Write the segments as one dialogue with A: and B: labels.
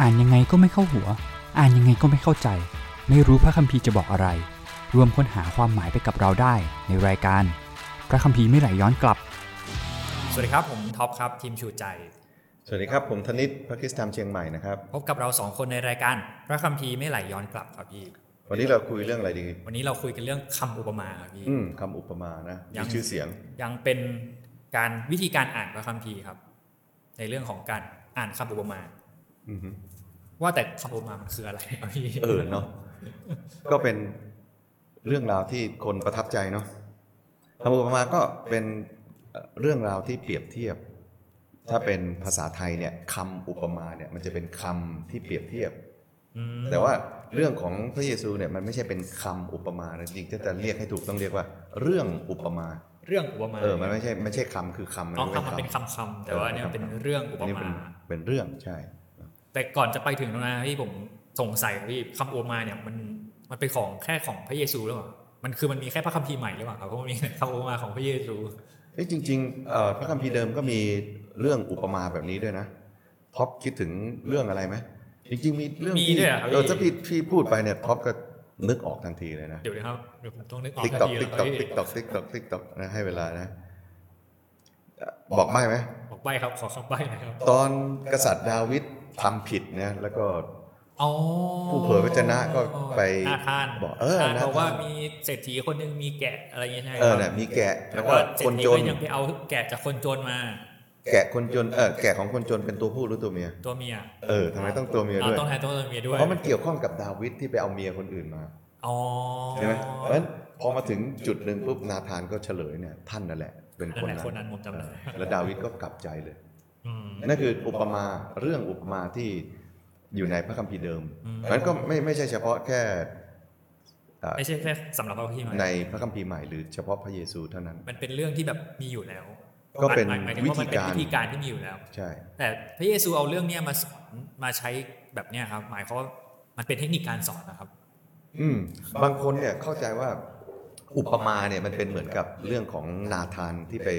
A: อ่านยังไงก็ไม่เข้าหัว อ่านยังไงก็ไม่เข้าใจ ไม่รู้พระคัมภีร์จะบอกอะไร รวมค้นหาความหมายไปกับเราได้ในรายการ พระคัมภีร์ไม่ไหลย้อนกลับ
B: สวัสดีครับ ผมท็อปครับ ทีมชูใจ
C: สวัสดีครับ ผมธนิตพระคริสตามเชียงใหม่นะครับ
B: พบกับเราสองคนในรายการ พระคัมภีร์ไม่ไหลย้อนกลับครับพี่
C: วันนี้เราคุยเรื่องอะไรดี
B: วันนี้เราคุยกันเรื่องคำอุปมาครับพี่
C: อืมคำอุปมานะ
B: ยั
C: มี
B: ง
C: ชื่อเสียง
B: ยังเป็นการวิธีการอ่านพระคัมภีร์ครับ ในเรื่องของการอ่านคำอุปมา
C: อือฮึ
B: ว่าแต่คำอุปมามันคืออะไรครับพี่
C: เออเนาะก็เป็นเรื่องราวที่คนประทับใจเนาะคำอุปมาก็เป็นเอ่อเรื่องราวที่เปรียบเทียบ ถ้าเป็นภาษาไทยเนี่ยคำอุปมาเนี่ย มันจะเป็นคำที่เปรียบเทียบ
B: อืม
C: แต่ว่าเรื่องของพระเยซูเนี่ยมันไม่ใช่เป็นคำอุปมานะจริงๆถ้าจะเรียกให้ถูกต้องเรียกว่า เรื่องอุปมา
B: เรื่องอุปมา
C: เออมันไม่ใช่ไม่ใช่คำคือคำ
B: น้องคำ
C: ไม่
B: มัน
C: ใช่
B: เป็นคำคำๆแต่ว่าเนี่ยเป็นเรื่องอุป
C: อันนี้
B: มา
C: เป็นเป็นเรื่องใช่
B: แต่ก่อนจะไปถึงตรงนั้นที่ผมสงสัยครับพี่คำอุปมาเนี่ยมันมันเป็นของแค่ของพระเยซูหรือเปล่ามันคือมันมีแค่พระคัมภีร์ใหม่หรือเปล่าครับเพราะมันมี คำอุปมาของพระเยซู
C: เอ้ยจริงๆเอ่อพระคัมภีร์เดิมก็มีเรื่องอุปมาแบบนี้ด้วยนะท็อปคิดถึงเรื่องอะไรไหมจริงๆมีเรื่อง
B: มี
C: ที่
B: ด้วยเหรอครับ
C: เออ
B: พี่
C: ถ้าพี่พี่พูดไปเนี่ยท็อปก็นึกออกทันทีเลยนะ
B: เดี๋ยวนะครับเดี๋ยวผมต้องนึกออก
C: ติ๊ก
B: ทัน
C: ตอก
B: ที
C: ติ๊ก
B: แล้ว
C: ตอก
B: พี่
C: ติ๊กตอกติ๊กตอกติ๊กตอกนะให้เวลานะเอ่อบอกไม่ไหม
B: บอกใบครับขอคำใบหนะครับ
C: ตอนกษัตริย์ดาวิดทำผิดนะแล้วก็
B: อ๋อ
C: ผู้เผยวจนะก็ไป
B: นาธาน
C: บอกเออ
B: นาธาน
C: นาธาน
B: บอกว่ามีเศรษฐีคนหนึงมีแกะอะไรอย่างเงี้ยใช่ไหม
C: เออ
B: ครั
C: เนี่ย
B: บ
C: มีแกะ
B: แล้
C: แล้ว ว
B: ก็
C: ก็
B: เศร
C: ค
B: ษ
C: น
B: ฐี
C: จ
B: ก็
C: น
B: ยังไปเอาแกะจากคนจนมา
C: แกะคนจนเออแกะของคนจนเป็นตัวผู้หรือตัวเมีย
B: ตัวเมีย
C: เออทำไมต้องตัวเมีย
B: อ่า
C: ด้วย
B: ต้องแทนตัวเมียด้วย
C: เพราะมันเกี่ยวข้องกับดาวิดที่ไปเอาเมียคนอื่นมา
B: อ๋อ
C: ใช่ไหมเพราะฉะนั้นพอมาถึงจุดหนึ่งปุ๊บนาธานก็เฉลยเนี่ยท่านนั่นแหละ เป็นคน
B: นั่นแหละคนนั้นผมจำได้
C: เออแล้วดาวิดก็กลับใจเลย
B: อืม
C: นั่นคืออุปมาเรื่องอุปมาที่อยู่ในพระคัมภีร์เดิม
B: อืม
C: เพราะฉะนั้นก็ไม่ไม่ใช่เฉพาะแค่เอ่อ
B: ไม่ใช่แค่สำหรับเราที่มา
C: ในพระคัมภีร์ใหม่หรือเฉพาะพระเยซูเท่านั้น
B: มันเป็นเรื่องที่แบบมีอยู่แล้ว
C: ก็เป็น
B: หมายหมายถึงว่ามันเป็น
C: วิ
B: วิ
C: ธีการ
B: ธีการที่มีอยู่แล้ว
C: ใช่
B: แต่พระเยซูเอาเรื่องเนี้ยมาสอนมาใช้แบบเนี้ยครับ หมายเขามว่ามันเป็นเทคนิคการสอนนะครับ
C: อืมบางคนเนี่ยเข้าใจว่าอุปมาเนี่ยมันเป็นเหมือนกับเรื่องของนาธานที่ไป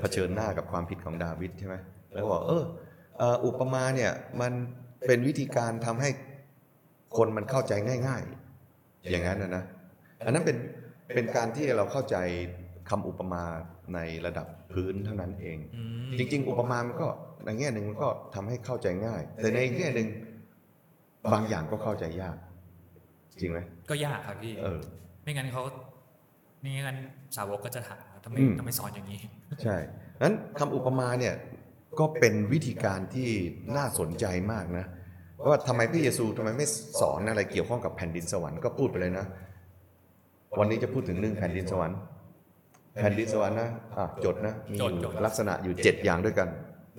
C: เผชิญหน้ากับความผิดของดาวิดใช่ไหมแล้วก็บอกเออเอ่ออุปมาเนี่ยมันเป็นวิธีการทำให้คนมันเข้าใจง่าย ๆ อย่างนั้นนะนะอันนั้นเป็นเป็นการที่เราเข้าใจคำอุปมาในระดับพื้นเท่านั้นเอง
B: อืม
C: จริงๆ อุปมามันก็ในแง่หนึ่งมันก็ทำให้เข้าใจง่าย แต่ในแง่หนึ่งบางอย่างก็เข้าใจยาก จริงไหม
B: ก็ยากครับพี่
C: เออ
B: ไม่งั้นเขาไม่งั้นสาวกก็จะถามว่าทำไม
C: อืม
B: ทำไมสอนอย่างนี้
C: ใช่นั้นคำอุปมาเนี่ยก็เป็นวิธีการที่น่าสนใจมากนะว่าทำไมพระเยซูทำไมไม่สอนอะไรเกี่ยวข้องกับแผ่นดินสวรรค์ก็พูดไปเลยนะ วันนี้จะพูดถึงเรื่องแผ่นดินสวรรค์ แผ่นดินสวรรค์นะอ่ะจดนะมีอ
B: จดจ
C: ยู่
B: ด
C: ลักษณะอยู่เจ็ดอย่างด้วยกัน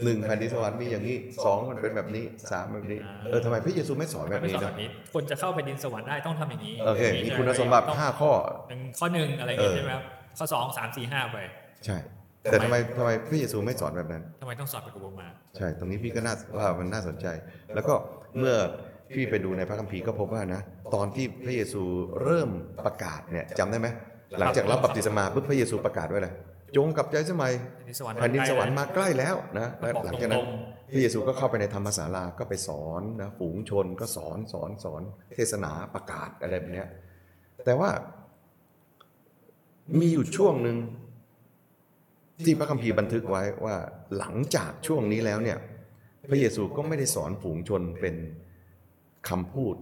C: หนึ่งแผ่นดินสวรรค์มีอย่างนี้สองมันเป็นแบบนี้สามแบบนี้ เออทำไมพระเยซูไม่สอน
B: ทำไม
C: แบบ
B: ไม่
C: นี้
B: สอนแบ
C: นะ
B: บนี้ คนจะเข้าแผ่นดินสวรรค์ได้ต้องทำอย่างนี้
C: โอเค
B: ย่างนี้
C: มี
B: ใช่ไห
C: คุณสมบัติ
B: ต้อง
C: ห้าข้อ
B: หนึ่งข้อหนึ่งอะไรอย่างเงี้ยใช่
C: เออ
B: ไหมครับข้อสองสามสี่ห้าไป
C: ใช่ แต่ทำไมทำไมพระเยซูไม่สอนแบบนั้น
B: ทำไมต้องสอนเป็นอุปมา
C: ใช่ ตรงนี้พี่ก็น่าว่ามันน่าสนใจ แล้วก็เมื่อพี่ไปดูในพระคัมภีร์ก็พบว่านะ ตอนที่พระเยซูเริ่มประกาศเนี่ยจำได้ไหม หลังจากรับบัพติศมาปุ๊บพระเยซูประกาศไว้เลยจงกลับใจสมัย
B: แผ่นดินสวรรค์
C: แผ่นดินสวรรค์
B: มา
C: มาใกล้แล้วนะ
B: ใกล้บ
C: และ
B: อก
C: หลัง
B: ตร
C: จากนั้น
B: ง
C: พระเยซูก็เข้าไปในธรรมศาลาก็ไปสอนนะฝูงชนก็สอนสอนสอนเทศนาประกาศอะไรแบบเนี้ยแต่ว่ามีอยู่ช่วงหนึ่ง ที่พระคัมภีร์บันทึกไว้ว่าหลังจากช่วงนี้แล้วเนี่ย พระเยซูก็ไม่ได้สอนฝูงชนเป็นคำพูด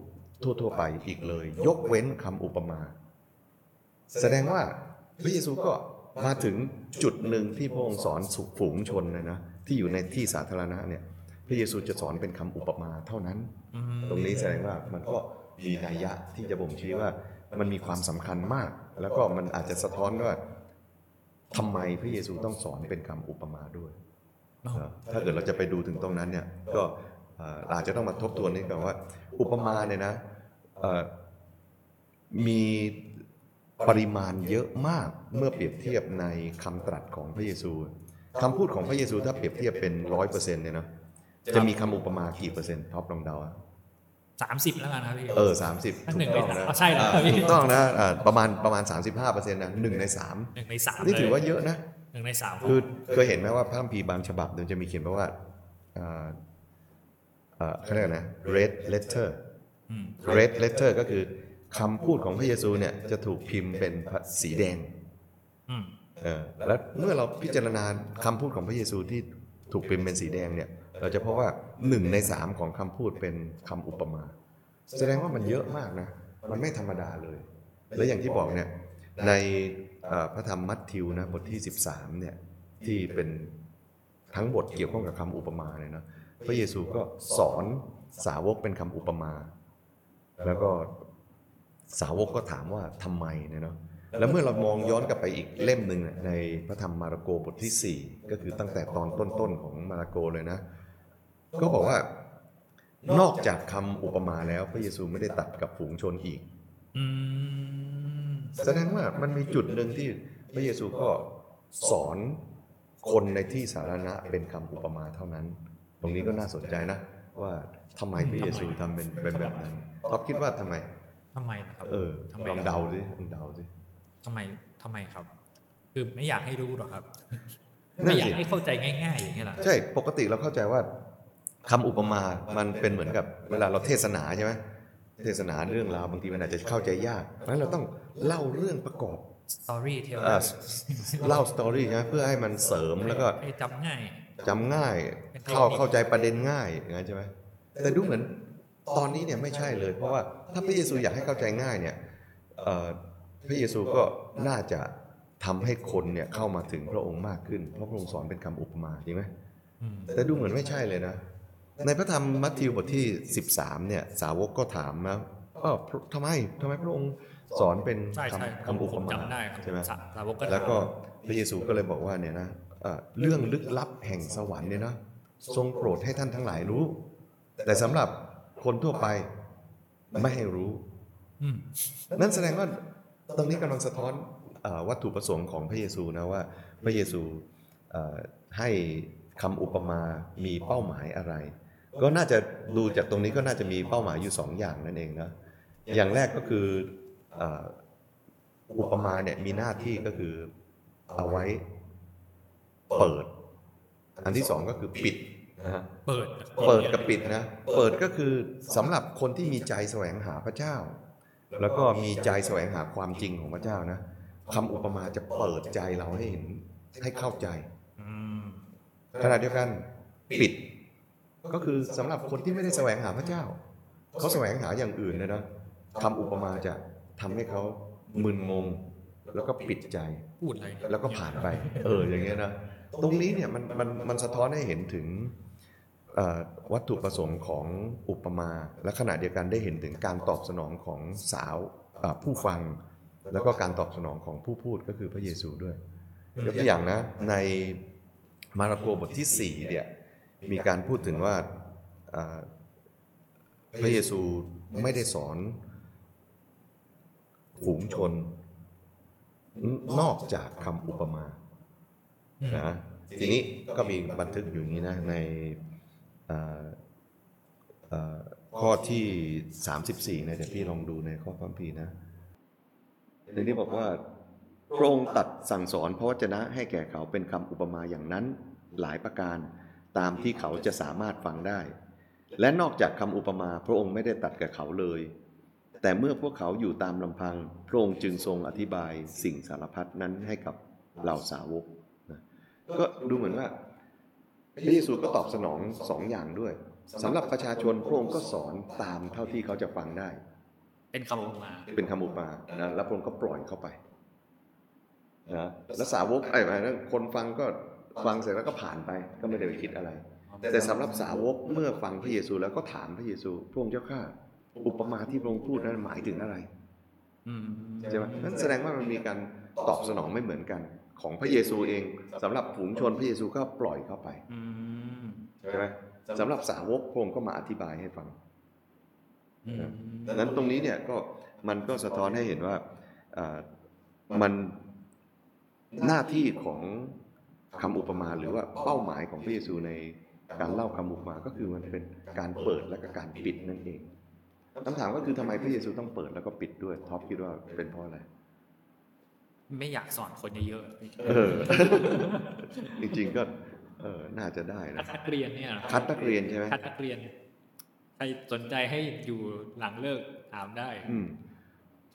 C: ทั่ว ๆ ไปอีกเลย ยกเว้นคำอุปมา แสดงว่าพระเยซูก็มาถึงจุดหนึ่งที่พระองค์สอนสุฝูงชนนะนะที่อยู่ในที่สาธารณะเนี่ย พระเยซูจะสอนเป็นคำอุปมาเท่านั้น
B: ๆอืม
C: ตรงนี้แสดงว่ามันก็มีนัยยะที่จะบ่งชี้ว่ามันมีความสำคัญมาก แล้วก็มันอาจจะสะท้อนว่าทำไมพระเยซูต้องสอนเป็นคำอุปมาด้วย
B: อ้าว
C: เนอะถ้าเกิดเราจะไปดูถึงตรงนั้นเนี่ยก็เอ่ออาจจะต้องมาทบทวนนิดก่อนว่า อุปมาเนี่ยนะเอ่อมีปริมาณเยอะมากเมื่อเปรียบเทียบในคำตรัสของพระเยซูคำพูดของพระเยซูถ้าเปรียบเทียบเป็นร้อยเปอร์เซ็นต์เนี่ยนะจะมีคำอุปมากี่เปอร์เซ็นต์ท็อปลองเดาอะ
B: สามสิบแล้วกันครับพี่
C: เออสามสิบ
B: ทั้ง
C: ถู
B: หนึ่
C: ก
B: งใน
C: ต้อง
B: สาม
C: นะ
B: อ๋อใช่เหรอค
C: อ่า
B: รับพี่
C: ถูกต้องนะอ่าประมาณประมาณ 35เปอร์เซ็นต์นะหนึ่งในสาม
B: หนึ่งในสาม
C: นี่ถือ
B: เลย
C: ว่าเยอะนะ
B: หนึ่งในสาม
C: คือเคยเห็นไหมว่าพระคัมภีร์บางฉบับเนี่ยจะมีเขียนไว้ว่าอ่า เอ่อเขาเรียกนะ red letter
B: อืม
C: red letter ก็คือคำพูดของพระเยซูเนี่ยจะถูกพิมพ์เป็นสีแดง
B: อืม
C: เออแล้วเมื่อเราพิจารณาคำพูดของพระเยซูที่ถูกพิมพ์เป็นสีแดงเนี่ยเราจะพบว่าหนึ่งในสามของคำพูดเป็นคำอุปมา แสดงว่ามันเยอะมากนะ มันไม่ธรรมดาเลย และอย่างที่บอกเนี่ยในเอ่อพระธรรมมัทธิวนะบทที่ 13เนี่ยที่เป็นทั้งบทเกี่ยวข้องกับคำอุปมาเนี่ยนะพระเยซูก็สอนสาวกเป็นคำอุปมา แล้วก็สาวกก็ถามว่าทำไมเนี่ยเนาะแล้วเมื่อเรามองย้อนกลับไปอีกเล่มหนึ่งเนี่ยในพระธรรมมาระโกบทที่ 4 ก็คือตั้งแต่ตอนต้นๆของมาระโกเลยนะ ก็บอกว่านอกจากคำอุปมาแล้ว พระเยซูไม่ได้ตัดกับฝูงชนอีก
B: อืม
C: แสดงว่ามันมีจุดหนึ่งที่พระเยซูก็สอนคนในที่สาธารณะเป็นคำอุปมาเท่านั้น ตรงนี้ก็น่าสนใจนะ ว่าทำไมพระเยซูทำเป็นเป็นแบบนั้นท็อปคิดว่าทำไม
B: ทำไมนะครับ
C: เออ
B: ทำไม
C: ลองเดาสิลองเดาสิ
B: ทำไมทำไมครับ คือไม่อยากให้รู้หรอกครับ
C: นั่
B: ไม่
C: นสิ
B: อยากให้เข้าใจง่ายๆ อย่างเงี้ยเหรอ
C: ใช่ ปกติเราเข้าใจว่าคำอุปมามันเป็นเหมือนกับเวลาเราเทศนาใช่ไหมเทศนาเรื่องราวบางทีมันอาจจะเข้าใจยากเพราะฉะนั้นเราต้องเล่าเรื่องประกอบ
B: สตอรี่เทล
C: เอ่อ เล่าสตอรี่ใช่ไหมเพื่อให้มันเสริมแล้วก็
B: ให้จำง่าย
C: จำง่าย
B: เป็นเทคนิค
C: เข้าเข้าใจประเด็นง่ายอย่างนั้นใช่ไหมแต่ดูเหมือนตอนนี้เนี่ยไม่ใช่เลย เพราะว่าถ้าพระเยซูอยากให้เข้าใจง่ายเนี่ยเอ่อพระเยซูก็น่าจะทำให้คนเนี่ยเข้ามาถึงพระองค์มากขึ้น เพราะพระองค์สอนเป็นคำอุปมาจริงไหม
B: อืม
C: แต่ดูเหมือนไม่ใช่เลยนะ ในพระธรรมมัทธิวบทที่ 13เนี่ยสาวกก็ถามนะอ้าวทำไมทำไมพระองค์สอนเป็น
B: ใช่ใช่
C: คำ
B: ผม
C: คำอุป
B: ผม
C: มา
B: จำได้ครับ
C: ใช่ไหม
B: สาสาวกก็
C: แล้วก็พระเยซูก็เลยบอกว่าเนี่ยนะเอ่อเรื่องลึกลับแห่งสวรรค์เนี่ยนะทรงโปรดให้ท่านทั้งหลายรู้ แต่สำหรับคนทั่วไปไม่ให้รู้
B: อืม
C: นั่นแสดงว่าตรงนี้กำลังสะท้อนเอ่อวัตถุประสงค์ของพระเยซูนะว่า พระเยซูเอ่อให้คำอุปมามีเป้าหมายอะไร ก็น่าจะดูจากตรงนี้ก็น่าจะมีเป้าหมายอยู่สองอย่างนั่นเองนะอย่างแรกก็คือเอ่ออุปมาเนี่ยมีหน้าที่ก็คือเอาไว้เปิด อันที่สองก็คือปิดนะฮะ
B: เปิด
C: เปิดกับปิดนะ เปิดก็คือสำหรับคนที่มีใจแสวงหาพระเจ้า แล้วก็มีใจแสวงหาความจริงของพระเจ้านะคำอุปมาจะเปิดใจเราให้เห็นให้เข้าใจ
B: อืม
C: ขณะเดียวกันปิด ก็คือสำหรับคนที่ไม่ได้แสวงหาพระเจ้า เขาแสวงหาอย่างอื่นนะนะคำอุปมาจะทำให้เขามึนงง แล้วก็ปิดใจ
B: พูดอะไรเนี่ย
C: แล้วก็ผ่านไป เออ อย่างเงี้ยนะ ตรงนี้เนี่ยมันมันมันสะท้อนให้เห็นถึงเอ่อวัตถุประสงค์ของอุปมา และขณะเดียวกันได้เห็นถึงการตอบสนองของสาวเอ่อผู้ฟัง แล้วก็การตอบสนองของผู้พูดก็คือพระเยซูด้วย ยกตัวอย่างนะในมาระโกบทที่สี่เนี่ยมีการพูดถึงว่าเอ่อพระเยซูไม่ได้สอนฝูงชน นอกจากคำอุปมานะทีนี้ก็มีบันทึกอยู่นี้นะในเอ่อเอ่อข้อที่ 34นะเดี๋ยวพี่ลองดูในข้อพระคัมภีร์นะในนี้บอกว่า พระองค์ตรัดสั่งสอนพระวจนะให้แก่เขาเป็นคำอุปมาอย่างนั้นหลายประการตามที่เขาจะสามารถฟังได้ และนอกจากคำอุปมาพระองค์ไม่ได้ตรัดกับเขาเลย แต่เมื่อพวกเขาอยู่ตามลำพัง พระองค์จึงทรงอธิบายสิ่งสารพัดนั้นให้กับเหล่าสาวกนะก็ดูเหมือนว่าพระเยซูก็ตอบสนองสองอย่างด้วยสำหรับประชาชนพระองค์ก็สอนตามเท่าที่เขาจะฟังได้
B: เป็นคำออกมา
C: เป็นคำอุปมานะแล้วพระองค์ก็ปล่อยเข้าไปนะแล้วสาวกไอ้ยหมายถึงคนฟังก็ฟังเสร็จแล้วก็ผ่านไป ก็ไม่ได้ไปคิดอะไร แต่สำหรับสาวกเมื่อฟังพระเยซูแล้วก็ถามพระเยซูพระองค์เจ้าข้าอุปมาที่พระองค์พูดนั้นหมายถึงอะไร
B: อืม
C: ใช่ไหมนั่นแสดงว่ามันมีการตอบสนองไม่เหมือนกัน ของพระเยซูเองสำหรับฝูงชนพระเยซูก็ปล่อยเข้าไป
B: อืม
C: ใช่ไหมสำหรับสาวกพระองค์ก็มาอธิบายให้ฟัง
B: อืม
C: ดังนั้นตรงนี้เนี่ยก็มันก็สะท้อนให้เห็นว่าเอ่อมันหน้าที่ของคำอุปมาหรือว่าเป้าหมายของพระเยซูในการเล่าคำอุปมาก็คือมันเป็นการเปิดและก็การปิดนั่นเองคำถามก็คือทำไมพระเยซูต้องเปิดแล้วก็ปิดด้วยท็อปคิดว่าเป็นเพราะ อะไร
B: ไม่อยากสอนคนเยอะ
C: เออ จริงๆก็เออน่าจะได้
B: ๆนั
C: นะ
B: กเรียนเนี่ยเหรอ
C: คัดนักเรียนใช่ไหม
B: คัดนักเรียน ใครสนใจให้อยู่หลังเลิกถามได้
C: อืม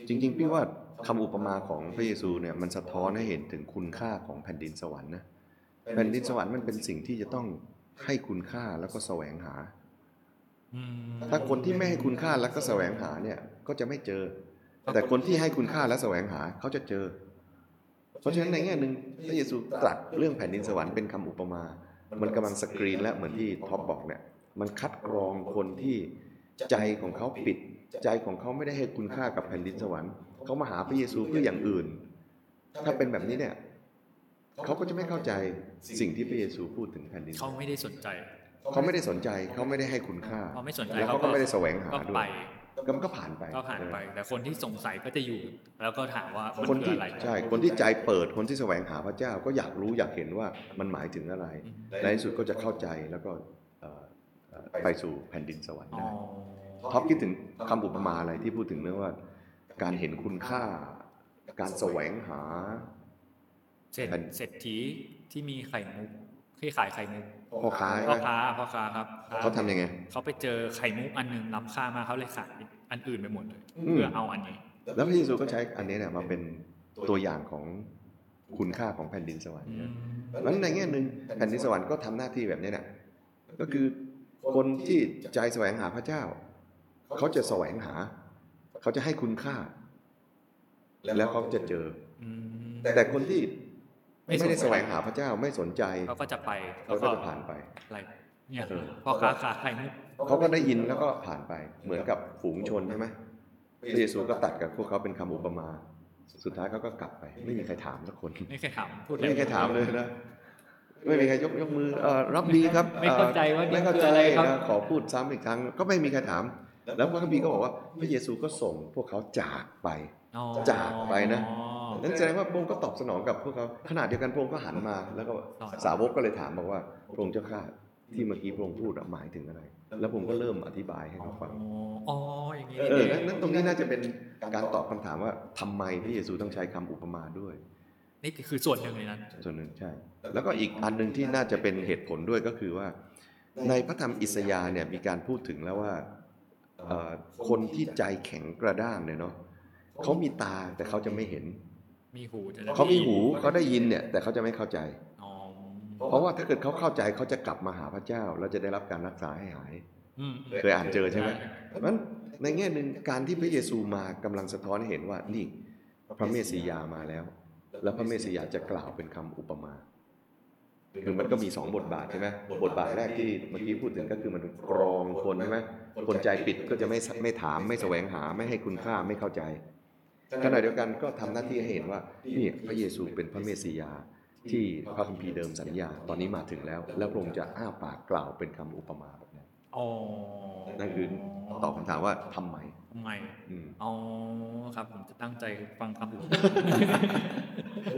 C: จริง ๆ พี่ว่าคำอุปมาของพระเยซูเนี่ยมันสะท้อนให้เห็นถึงคุณค่าของแผ่นดินสวรรค์นะแผ่นดินสวรรค์มันเป็นสิ่งที่จะต้องให้คุณค่าแล้วก็แสวงหา
B: อืม
C: ถ้าคนที่ไม่ให้คุณค่าแล้วก็แสวงหาเนี่ย ก็จะไม่เจอ แต่คนที่ให้คุณค่าและแสวงหาเขาจะเจอ เพราะฉะนั้นในแง่หนึ่งพระเยซูตรัสเรื่องแผ่นดินสวรรค์เป็นคำอุปมา มันกำลังสกรีนและเหมือนที่ท็อปบอกเนี่ย มันคัดกรองคนที่ใจของเขาปิด ใจของเขาไม่ได้ให้คุณค่ากับแผ่นดินสวรรค์เขามาหาพระเยซูเพื่ออย่างอื่น ถ้าเป็นแบบนี้เนี่ยเขาก็จะไม่เข้าใจสิ่งที่พระเยซูพูดถึงแผ่นดิน
B: เขาไม่ได้สนใจ
C: เขาไม่ได้สนใจเขาไม่ได้ให้คุณค่า
B: พอไม่สนใจ
C: แล้วเขาก็ไม่ได้แสวงหา
B: ก็
C: ด้ว
B: ไป
C: ย ก็มันก็ผ่านไป
B: ก็ผ่านไป
C: เ
B: แต่คนที่สงสัยก็จะอยู่ แล้วก็ถามว่า
C: ออ
B: มัน
C: คน
B: คือ
C: ที่
B: อะไร
C: ใช่ คนที่ใจเปิด คนที่แสวงหาพระเจ้า ก็อยากรู้อยากเห็นว่ามันหมายถึงอะไร
B: อืม
C: ในที่สุดก็จะเข้าใจแล้วก็เอ่อเอ่อไปสู่แผ่นดินสวรรค์
B: อ๋อ
C: ได้ท็อปคิดถึงคำอุปมาอะไรที่พูดถึงเรื่องว่า การเห็นคุณค่า การแสวงหา
B: เศรษฐเศรษฐีที่มีไข่มุกที่ขายไข่มุก
C: พ่อค้าใช่
B: พ่อ
C: ไหม
B: ค้าพ่อค้าครับ
C: เขาทำยังไง
B: เขาไปเจอไข่มุกอันหนึงล้ำค่ามากเขาเลยขายอันอื่นไปหมดเลย
C: อืม
B: เพื่อเอาอันนี้
C: แล้วพระเยซูก็ใช้อันนี้เนี่ยมาเป็นตัวอย่างของคุณค่าของแผ่นดินสวรรค์
B: อื
C: นะ
B: ม
C: เพราะฉะนั้นในแง่หนึ่งแผ่นดินสวรรค์ก็ทำหน้าที่แบบนี้เนี่ยก็คือคนที่ใจแสวงหาพระเจ้า เขาจะแสวงหา เขาจะให้คุณค่า แล้วเขาจะเจอ
B: อืม
C: แต่คนที่
B: ไม่ส
C: ไม่
B: นใจ
C: ได้แสวงหาพระเจ้าไม่สนใจ
B: เขาก็จะไป
C: เขาก็จะผ่านไป
B: อะไรเนี่ย
C: เออ
B: พ่อค้าขายไข่มุก
C: เขาก็ได้ยินแล้วก็ผ่านไป เหมือนกับฝูงชนใช่ไหมพระเยซูก็ตัดกับพวกเขาเป็นคำอุปมา สุดท้ายเขาก็กลับไป ไม่มีใครถามสักคน
B: ไม่เคยถามพูด
C: ไม่มีใครถามเลยนะ ไม่มีใครยกยกมือเอ่อรับดีครับ
B: ไม่เข้าใจว่า
C: ไม่
B: นี่
C: เข้า
B: คือ
C: ใจ
B: อะไรครับ
C: นะขอพูดซ้ำอีกครั้ง ก็ไม่มีใครถาม แล้วพระคัมภีร์ก็บอกว่าพระเยซูก็ส่งพวกเขาจากไป
B: อ๋อ
C: จากไปนะ นั่นแสดงว่าพระองค์ก็ตอบสนองกับพวกเขาขณะเดียวกันพระองค์ก็หันมา แล้วก็สาวกก็เลยถามบอกว่าพระองค์เจ้าข้าที่เมื่อกี้พระองค์พูดอะหมายถึงอะไร แล้วผมก็เริ่มอธิบายให้เขาฟัง
B: อ๋ออย่างนี้
C: เออนั่นนั่นตรงนี้น่าจะเป็นการตอบคำถามว่าทำไมพระเยซูต้องใช้คำอุปมาด้วย
B: นี่คือส่วนหนึ่งเลยนะ
C: ส่วนหนึ่งใช่ แล้วก็อีกอันหนึ่งที่น่าจะเป็นเหตุผลด้วยก็คือว่า ในพระธรรมอิสยาห์เนี่ยมีการพูดถึงแล้วว่าเอ่อคนที่ใจแข็งกระด้างเนี่ยเนาะเขามีตาแต่เขาจะไม่เห็น
B: มีหูจะได้
C: เขามีหูเขาได้ยินเนี่ยแต่เขาจะไม่เข้าใจ
B: อ๋อ
C: เพราะว่าถ้าเกิดเขาเข้าใจเขาจะกลับมาหาพระเจ้า แล้วจะได้รับการรักษาให้หาย
B: อืมอืม
C: เคยอ่านเจอใช่ไหม เพราะฉะนั้นในแง่หนึ่งการที่พระเยซูมากำลังสะท้อนให้เห็นว่านี่พระเมสสิยามาแล้ว แล้วพระเมสสิยาจะกล่าวเป็นคำอุปมา คือมันก็มีสองบทบาทใช่ไหมบทบาทแรกที่เมื่อกี้พูดถึงก็คือมันกรองคนใช่ไหมคนใจปิดก็จะไม่สไม่ถามไม่แสวงหาไม่ให้คุณค่าไม่เข้าใจขณะเดียวกันก็ทำหน้าที่ให้เห็นว่านี่พระเยซูเป็นพระเมสสิยา ที่พระคัมภีร์เดิมสัญญา ตอนนี้มาถึงแล้ว แล้วพระองค์จะอ้าปากกล่าวเป็นคำอุปมาแบบนั้น
B: อ๋อ
C: นั่นคือตอบคำถามว่าทำไม
B: ทำไม
C: อืม
B: อ๋อครับผมจะตั้งใจฟังคำอุปมา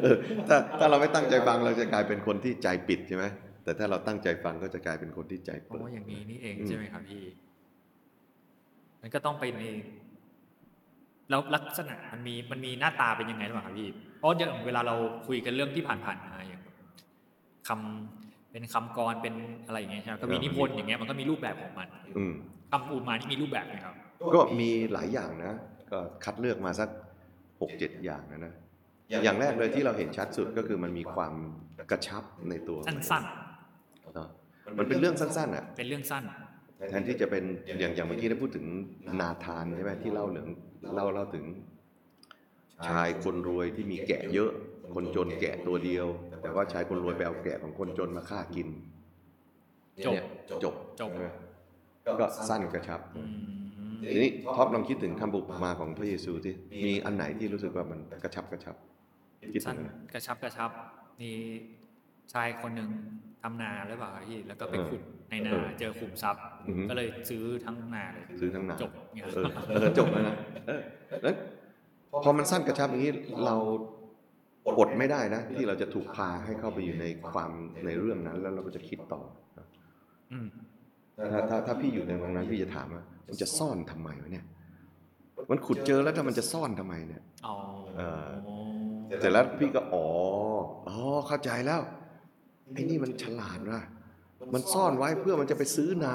C: เออถ้าถ้าเราไม่ตั้งใจฟังเราจะกลายเป็นคนที่ใจปิดใช่ไหมแต่ถ้าเราตั้งใจฟังก็จะกลายเป็นคนที่ใจ
B: เพราะ
C: เปิด
B: ว่าอย่างนี้นี่เอง
C: อืม
B: ใช่ไหมครับพี่ มันก็ต้องไปในแล้วลักษณะมันมีมันมีหน้าตาเป็นยังไงหรือเปล่าครับพี่ เพราะอย่างเวลาเราคุยกันเรื่องที่ผ่านๆมาอย่างคำเป็นคำกรเป็นอะไรอย่างเงี้ยใช่ไหมก็มีนิพนธ์อย่างเงี้ยมันก็มีรูปแบบของมัน
C: อืม
B: คำอุปมานี่มีรูปแบบไหมครับ
C: ก็มีหลายอย่างนะ ก็คัดเลือกมาสักหกเจ็ดอย่างนะนะ อย่างแรกเลยที่เราเห็นชัดสุดก็คือมันมีความกระชับในตัว
B: สั้น
C: เออมันเป็นเรื่องสั้นๆอ่ะ
B: ๆเป็นเรื่องสั้น
C: แทนที่จะเป็นอย่างอย่างเมื่อกี้ได้พูดถึงนาธานใช่ไหมที่เล่าเรื่องเล่าเล่าถึง ชายคนรวยที่มีแกะเยอะ คนจนแกะตัวเดียว แต่ว่าชายคนรวยไปเอาแกะของคนจนมาฆ่ากิน
B: จบ
C: เนี่ยจบ
B: จบ
C: ใช่ไหมก็สั้นกระชับ
B: อืม
C: ทีนี้ท็อปลองคิดถึงคำบุปมาของพระเยซูที่มีอันไหนที่รู้สึกว่ามันกระชับกระชับ คิด
B: สั้
C: ถึ
B: น
C: งนะ
B: กระชับกระชับ มีชายคนหนึ่งทำนาหรือเปล่าครับพี่ แล้วก็ไป
C: เออ
B: ขุดในนา
C: เออ
B: เจอขุมทรัพย์
C: อือฮึ
B: ก็เลยซื้อทั้งนาเลย
C: ซื้อทั้งหนา
B: จบเนี่ย
C: เออเออจบแล้วนะเออแล้วพอมันสั้นกระชับอย่างนี้เราอดไม่ได้นะ ที่เราจะถูกพาให้เข้าไปอยู่ในความในเรื่องนั้น แล้วเราก็จะคิดต่อนะ
B: อืม
C: ถ้าถ้าถ้าพี่อยู่ในตรงนั้นพี่จะถามว่ามันจะซ่อนทำไมวะเนี่ย มันขุดเจอแล้วถ้ามันจะซ่อนทำไมเนี่ย
B: อ๋อ
C: เอ เสร็จแล้วพี่ก็อ๋อ อ๋อ เข้าใจแล้ว ไอ้นี่มันฉลาดว่ะมันซ่อนไว้เพื่อมันจะไปซื้อนา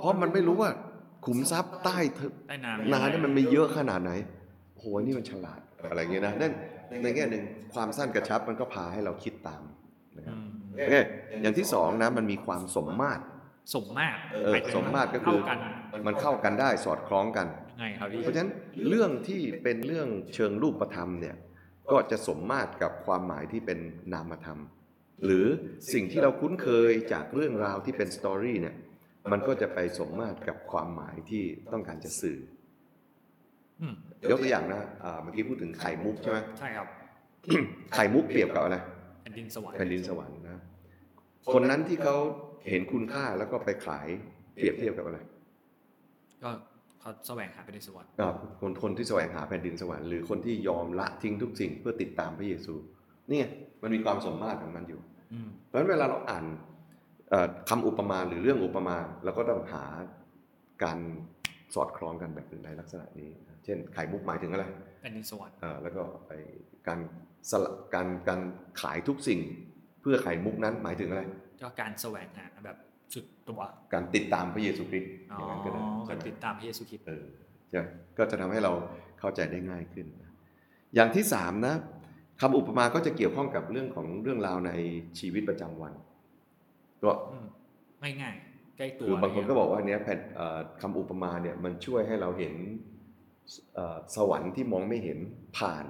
C: เพราะมันไม่รู้ว่า ขุมทรัพย์ใต้เถอะ
B: ใต้น้ำ
C: นาเนี่ยมันมีเยอะขนาดไหนโอ้โหนี่มันฉลาดอะไรอย่างเงี้ยนะนั่นในแง่หนึ่งความสั้นกระชับมันก็พาให้เราคิดตามนะครับ
B: อืม
C: เอ้ยอย่างที่สองนะมันมีความสมมาตร
B: สมมาก
C: เออสมมาตรก็คือ
B: เท่ากัน
C: มันเข้ากันได้สอดคล้องกัน
B: ยังไงครับพี่
C: เพราะฉะนั้นเรื่องที่เป็นเรื่องเชิงรูปธรรมเนี่ยก็จะสมมาตรกับความหมายที่เป็นนามธรรม หรือสิ่งที่เราคุ้นเคยจากเรื่องราวที่เป็นสตอรี่เนี่ยมันก็จะไปสมมาตรกับความหมายที่ต้องการจะสื่อ
B: อืม
C: ยกตัวอย่างนะอ่าเมื่อกี้พูดถึงไข่มุกใช่ไหม
B: ใช่ครับ
C: ไข่มุกเปรียบกับอะไร
B: แผ่นดินสวรรค์
C: แผ่นดินสวรรค์นะคนนั้นที่เขาเห็นคุณค่าแล้วก็ไปขายเปรียบเทียบกับอะไร
B: ก็เขาแสวงหาแผ่นดินสวรรค์
C: อ่าคนคนที่แสวงหาแผ่นดินสวรรค์หรือคนที่ยอมละทิ้งทุกสิ่งเพื่อติดตามพระเยซูนี่ไงมันมีความสมมาตรของมันอยู่
B: อืม
C: เพราะฉะนั้นเวลาเราอ่านเอ่อคำอุปมาหรือเรื่องอุปมาเราก็ต้องหาการสอดคล้องกันแบบในลักษณะนี้นะเช่นไข่มุกหมายถึงอะไร
B: แผ่นดินสวรรค์
C: อ่าแล้วก็ไอ้การสละการการขายทุกสิ่ง เพื่อไข่มุกนั้นหมายถึงอะไร
B: ก็การแสวงหาแบบสุดตัว
C: การติดตามพระเยซูคริสต์อ
B: อ๋อย่าง
C: นั้นก็ได้
B: ก็
C: ใช่ไหม
B: ติดตามพระเยซูคริสต์
C: เออจะก็จะทำให้เราเข้าใจได้ง่ายขึ้นนะอย่างที่สามนะคำอุปมาก็จะเกี่ยวข้องกับเรื่องของเรื่องราวในชีวิตประจำวันก็
B: อืมง่ายๆใกล้ตัว
C: คือบางคนก็บอกว่าเนี้ยแผ่นเอ่อคำอุปมาเนี่ยมันช่วยให้เราเห็นเอ่อสวรรค์ที่มองไม่เห็นผ่าน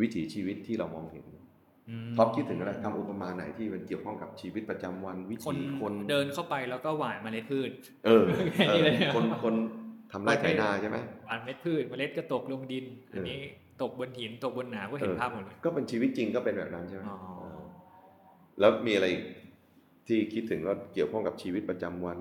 C: วิถีชีวิตที่เรามองเห็น
B: ม
C: ท็อปคิดถึงอะไรคำอุปมาไหนที่มันเกี่ยวข้องกับชีวิตประจำวันวิ
B: คน
C: ถีคน
B: เดินเข้าไปแล้วก็หว่านเมล็ดพืช
C: เออ
B: แค่นี้
C: เอ
B: เลย
C: อ
B: อะ
C: คนคนทำไร่ไถนาใช่ไหม
B: หว่านเมล็ดพืช เมล็ดก็ตกลงดิน อันนี้ตกบนหินตกบนหนามก็เห็น
C: เออ
B: ภาพหมดเลย
C: ก็เป็นชีวิตจริงก็เป็นแบบนั้นใช่ไหม
B: อ๋อ
C: แล้วมีอะไรอีกที่คิดถึงแล้วเกี่ยวข้องกับชีวิตประจำวัน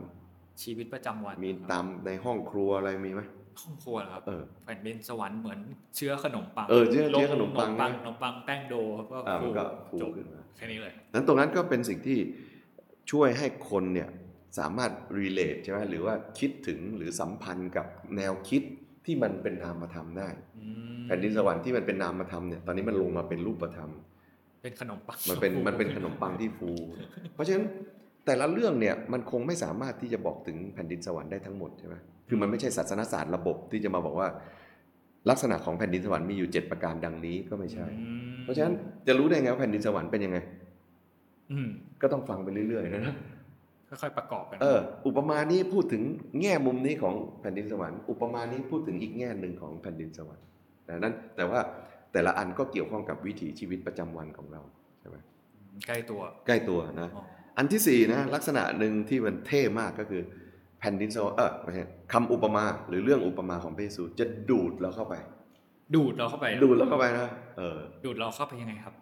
B: ชีวิตประจำวัน
C: มีตามในห้องครัวอะไรมีไหม
B: ห้องครัวเหรอครับ
C: เออ
B: แผ่นดินสวรรค์เหมือนเชื้อขนมปัง
C: เออเชื้อเชื้อขนมปัง
B: ลขนมปัง
C: นะ
B: ขนมปังแป้งโดก็
C: อ่า
B: ฟู
C: มันก็ฟู
B: จบ
C: ขึ้นมา
B: แค่นี้เลย
C: นั้นตรงนั้นก็เป็นสิ่งที่ช่วยให้คนเนี่ยสามารถ relate ใช่ไหมหรือว่าคิดถึงหรือสัมพันธ์กับแนวคิดที่มันเป็นนามธรรมได้
B: อืม
C: แผ่นดินสวรรค์ที่มันเป็นนามธรรมเนี่ยตอนนี้มันลงมาเป็นรูปธรรม
B: เป็นขนมปัง
C: มันเป็นมันเป็นขนมปังที่ฟู เพราะฉะนั้นแต่ละเรื่องเนี่ยมันคงไม่สามารถที่จะบอกถึงแผ่นดินสวรรค์ได้ทั้งหมดใช่ไหมคือมันไม่ใช่ศาสนศาสตร์ระบบที่จะมาบอกว่า ลักษณะของแผ่นดินสวรรค์มีอยู่ 7 ประการดังนี้ก็ไม่ใช่
B: อืม
C: เพราะฉะนั้นจะรู้ได้ไงว่าแผ่นดินสวรรค์เป็นยังไง
B: อืม
C: ก็ต้องฟังไปเรื่อยๆนะ
B: ค่อยๆประกอบกัน
C: เอออุปมานี้พูดถึงแง่มุมนี้ของแผ่นดินสวรรค์ อุปมานี้พูดถึงอีกแง่หนึ่งของแผ่นดินสวรรค์นะนั้นแต่ว่าแต่ละอันก็เกี่ยวข้องกับวิถีชีวิตประจำวันของเราใช่ไหม
B: ใกล้ตัว
C: ใกล้ตัวนะ
B: อ๋อ
C: อันที่สี่นะลักษณะหนึ่งที่มันเท่มากก็คือแผ่นดินสวรรค์เออไม่ใช่คำอุปมาหรือเรื่องอุปมาของพระเยซูจะดูดเราเข้าไป
B: ดูดเราเข้าไป
C: ดูดเราเข้าไปนะเออ
B: ดูดเราเข้าไปยังไงครับ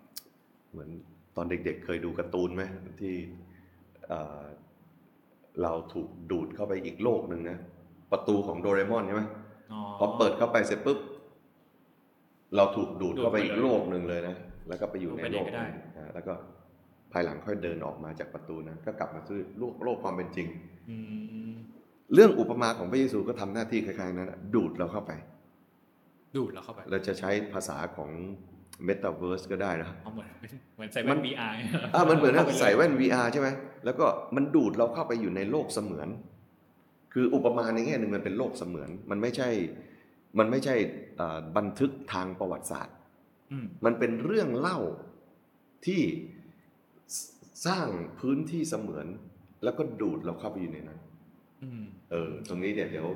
C: เหมือนตอนเด็กๆ เคยดูการ์ตูนไหมที่เอ่อเราถูกดูดเข้าไปอีกโลกหนึ่งนะประตูของโดเรมอนใช่ไหม
B: อ๋อ
C: พอเปิดเข้าไปเสร็จปุ๊บเราถูกดูดเข้าไปอีก
B: ดูดไปเลย
C: โลกหนึ่งเลยนะแล้วก็ไปอยู่ใน
B: ดูดไปไหน
C: โลก
B: ก็ได้
C: นั้นนะแล้วก็ภายหลังค่อยเดินออกมาจากประตูนั้นก็กลับมาสู่โลกโลกความเป็นจริง
B: อืม
C: เรื่องอุปมาของพระเยซูก็ทำหน้าที่คล้ายๆนั้นอะดูดเราเข้าไป
B: ดูดเราเข้าไป
C: เราจะใช้ภาษาของเมตาเวิร์สก็ได้นะ
B: เอาเหมือน เหมือนใส่แว่
C: มัน น
B: VR
C: อ่ะมันเหมือน
B: ข้า
C: เรา
B: ไปลย
C: ใส่แว่น VR ใช่ไหมแล้วก็มันดูดเราเข้าไปอยู่ในโลกเสมือน คืออุปมาในแง่หนึ่งมันเป็นโลกเสมือน มันไม่ใช่มันไม่ใช่เอ่อบันทึกทางประวัติศาสตร์
B: อืม
C: มันเป็นเรื่องเล่าที่สสร้างพื้นที่เสมือน แล้วก็ดูดเราเข้าไปอยู่ในนั้น
B: อืม
C: เออตรงนี้เนี่ยเดี๋ยว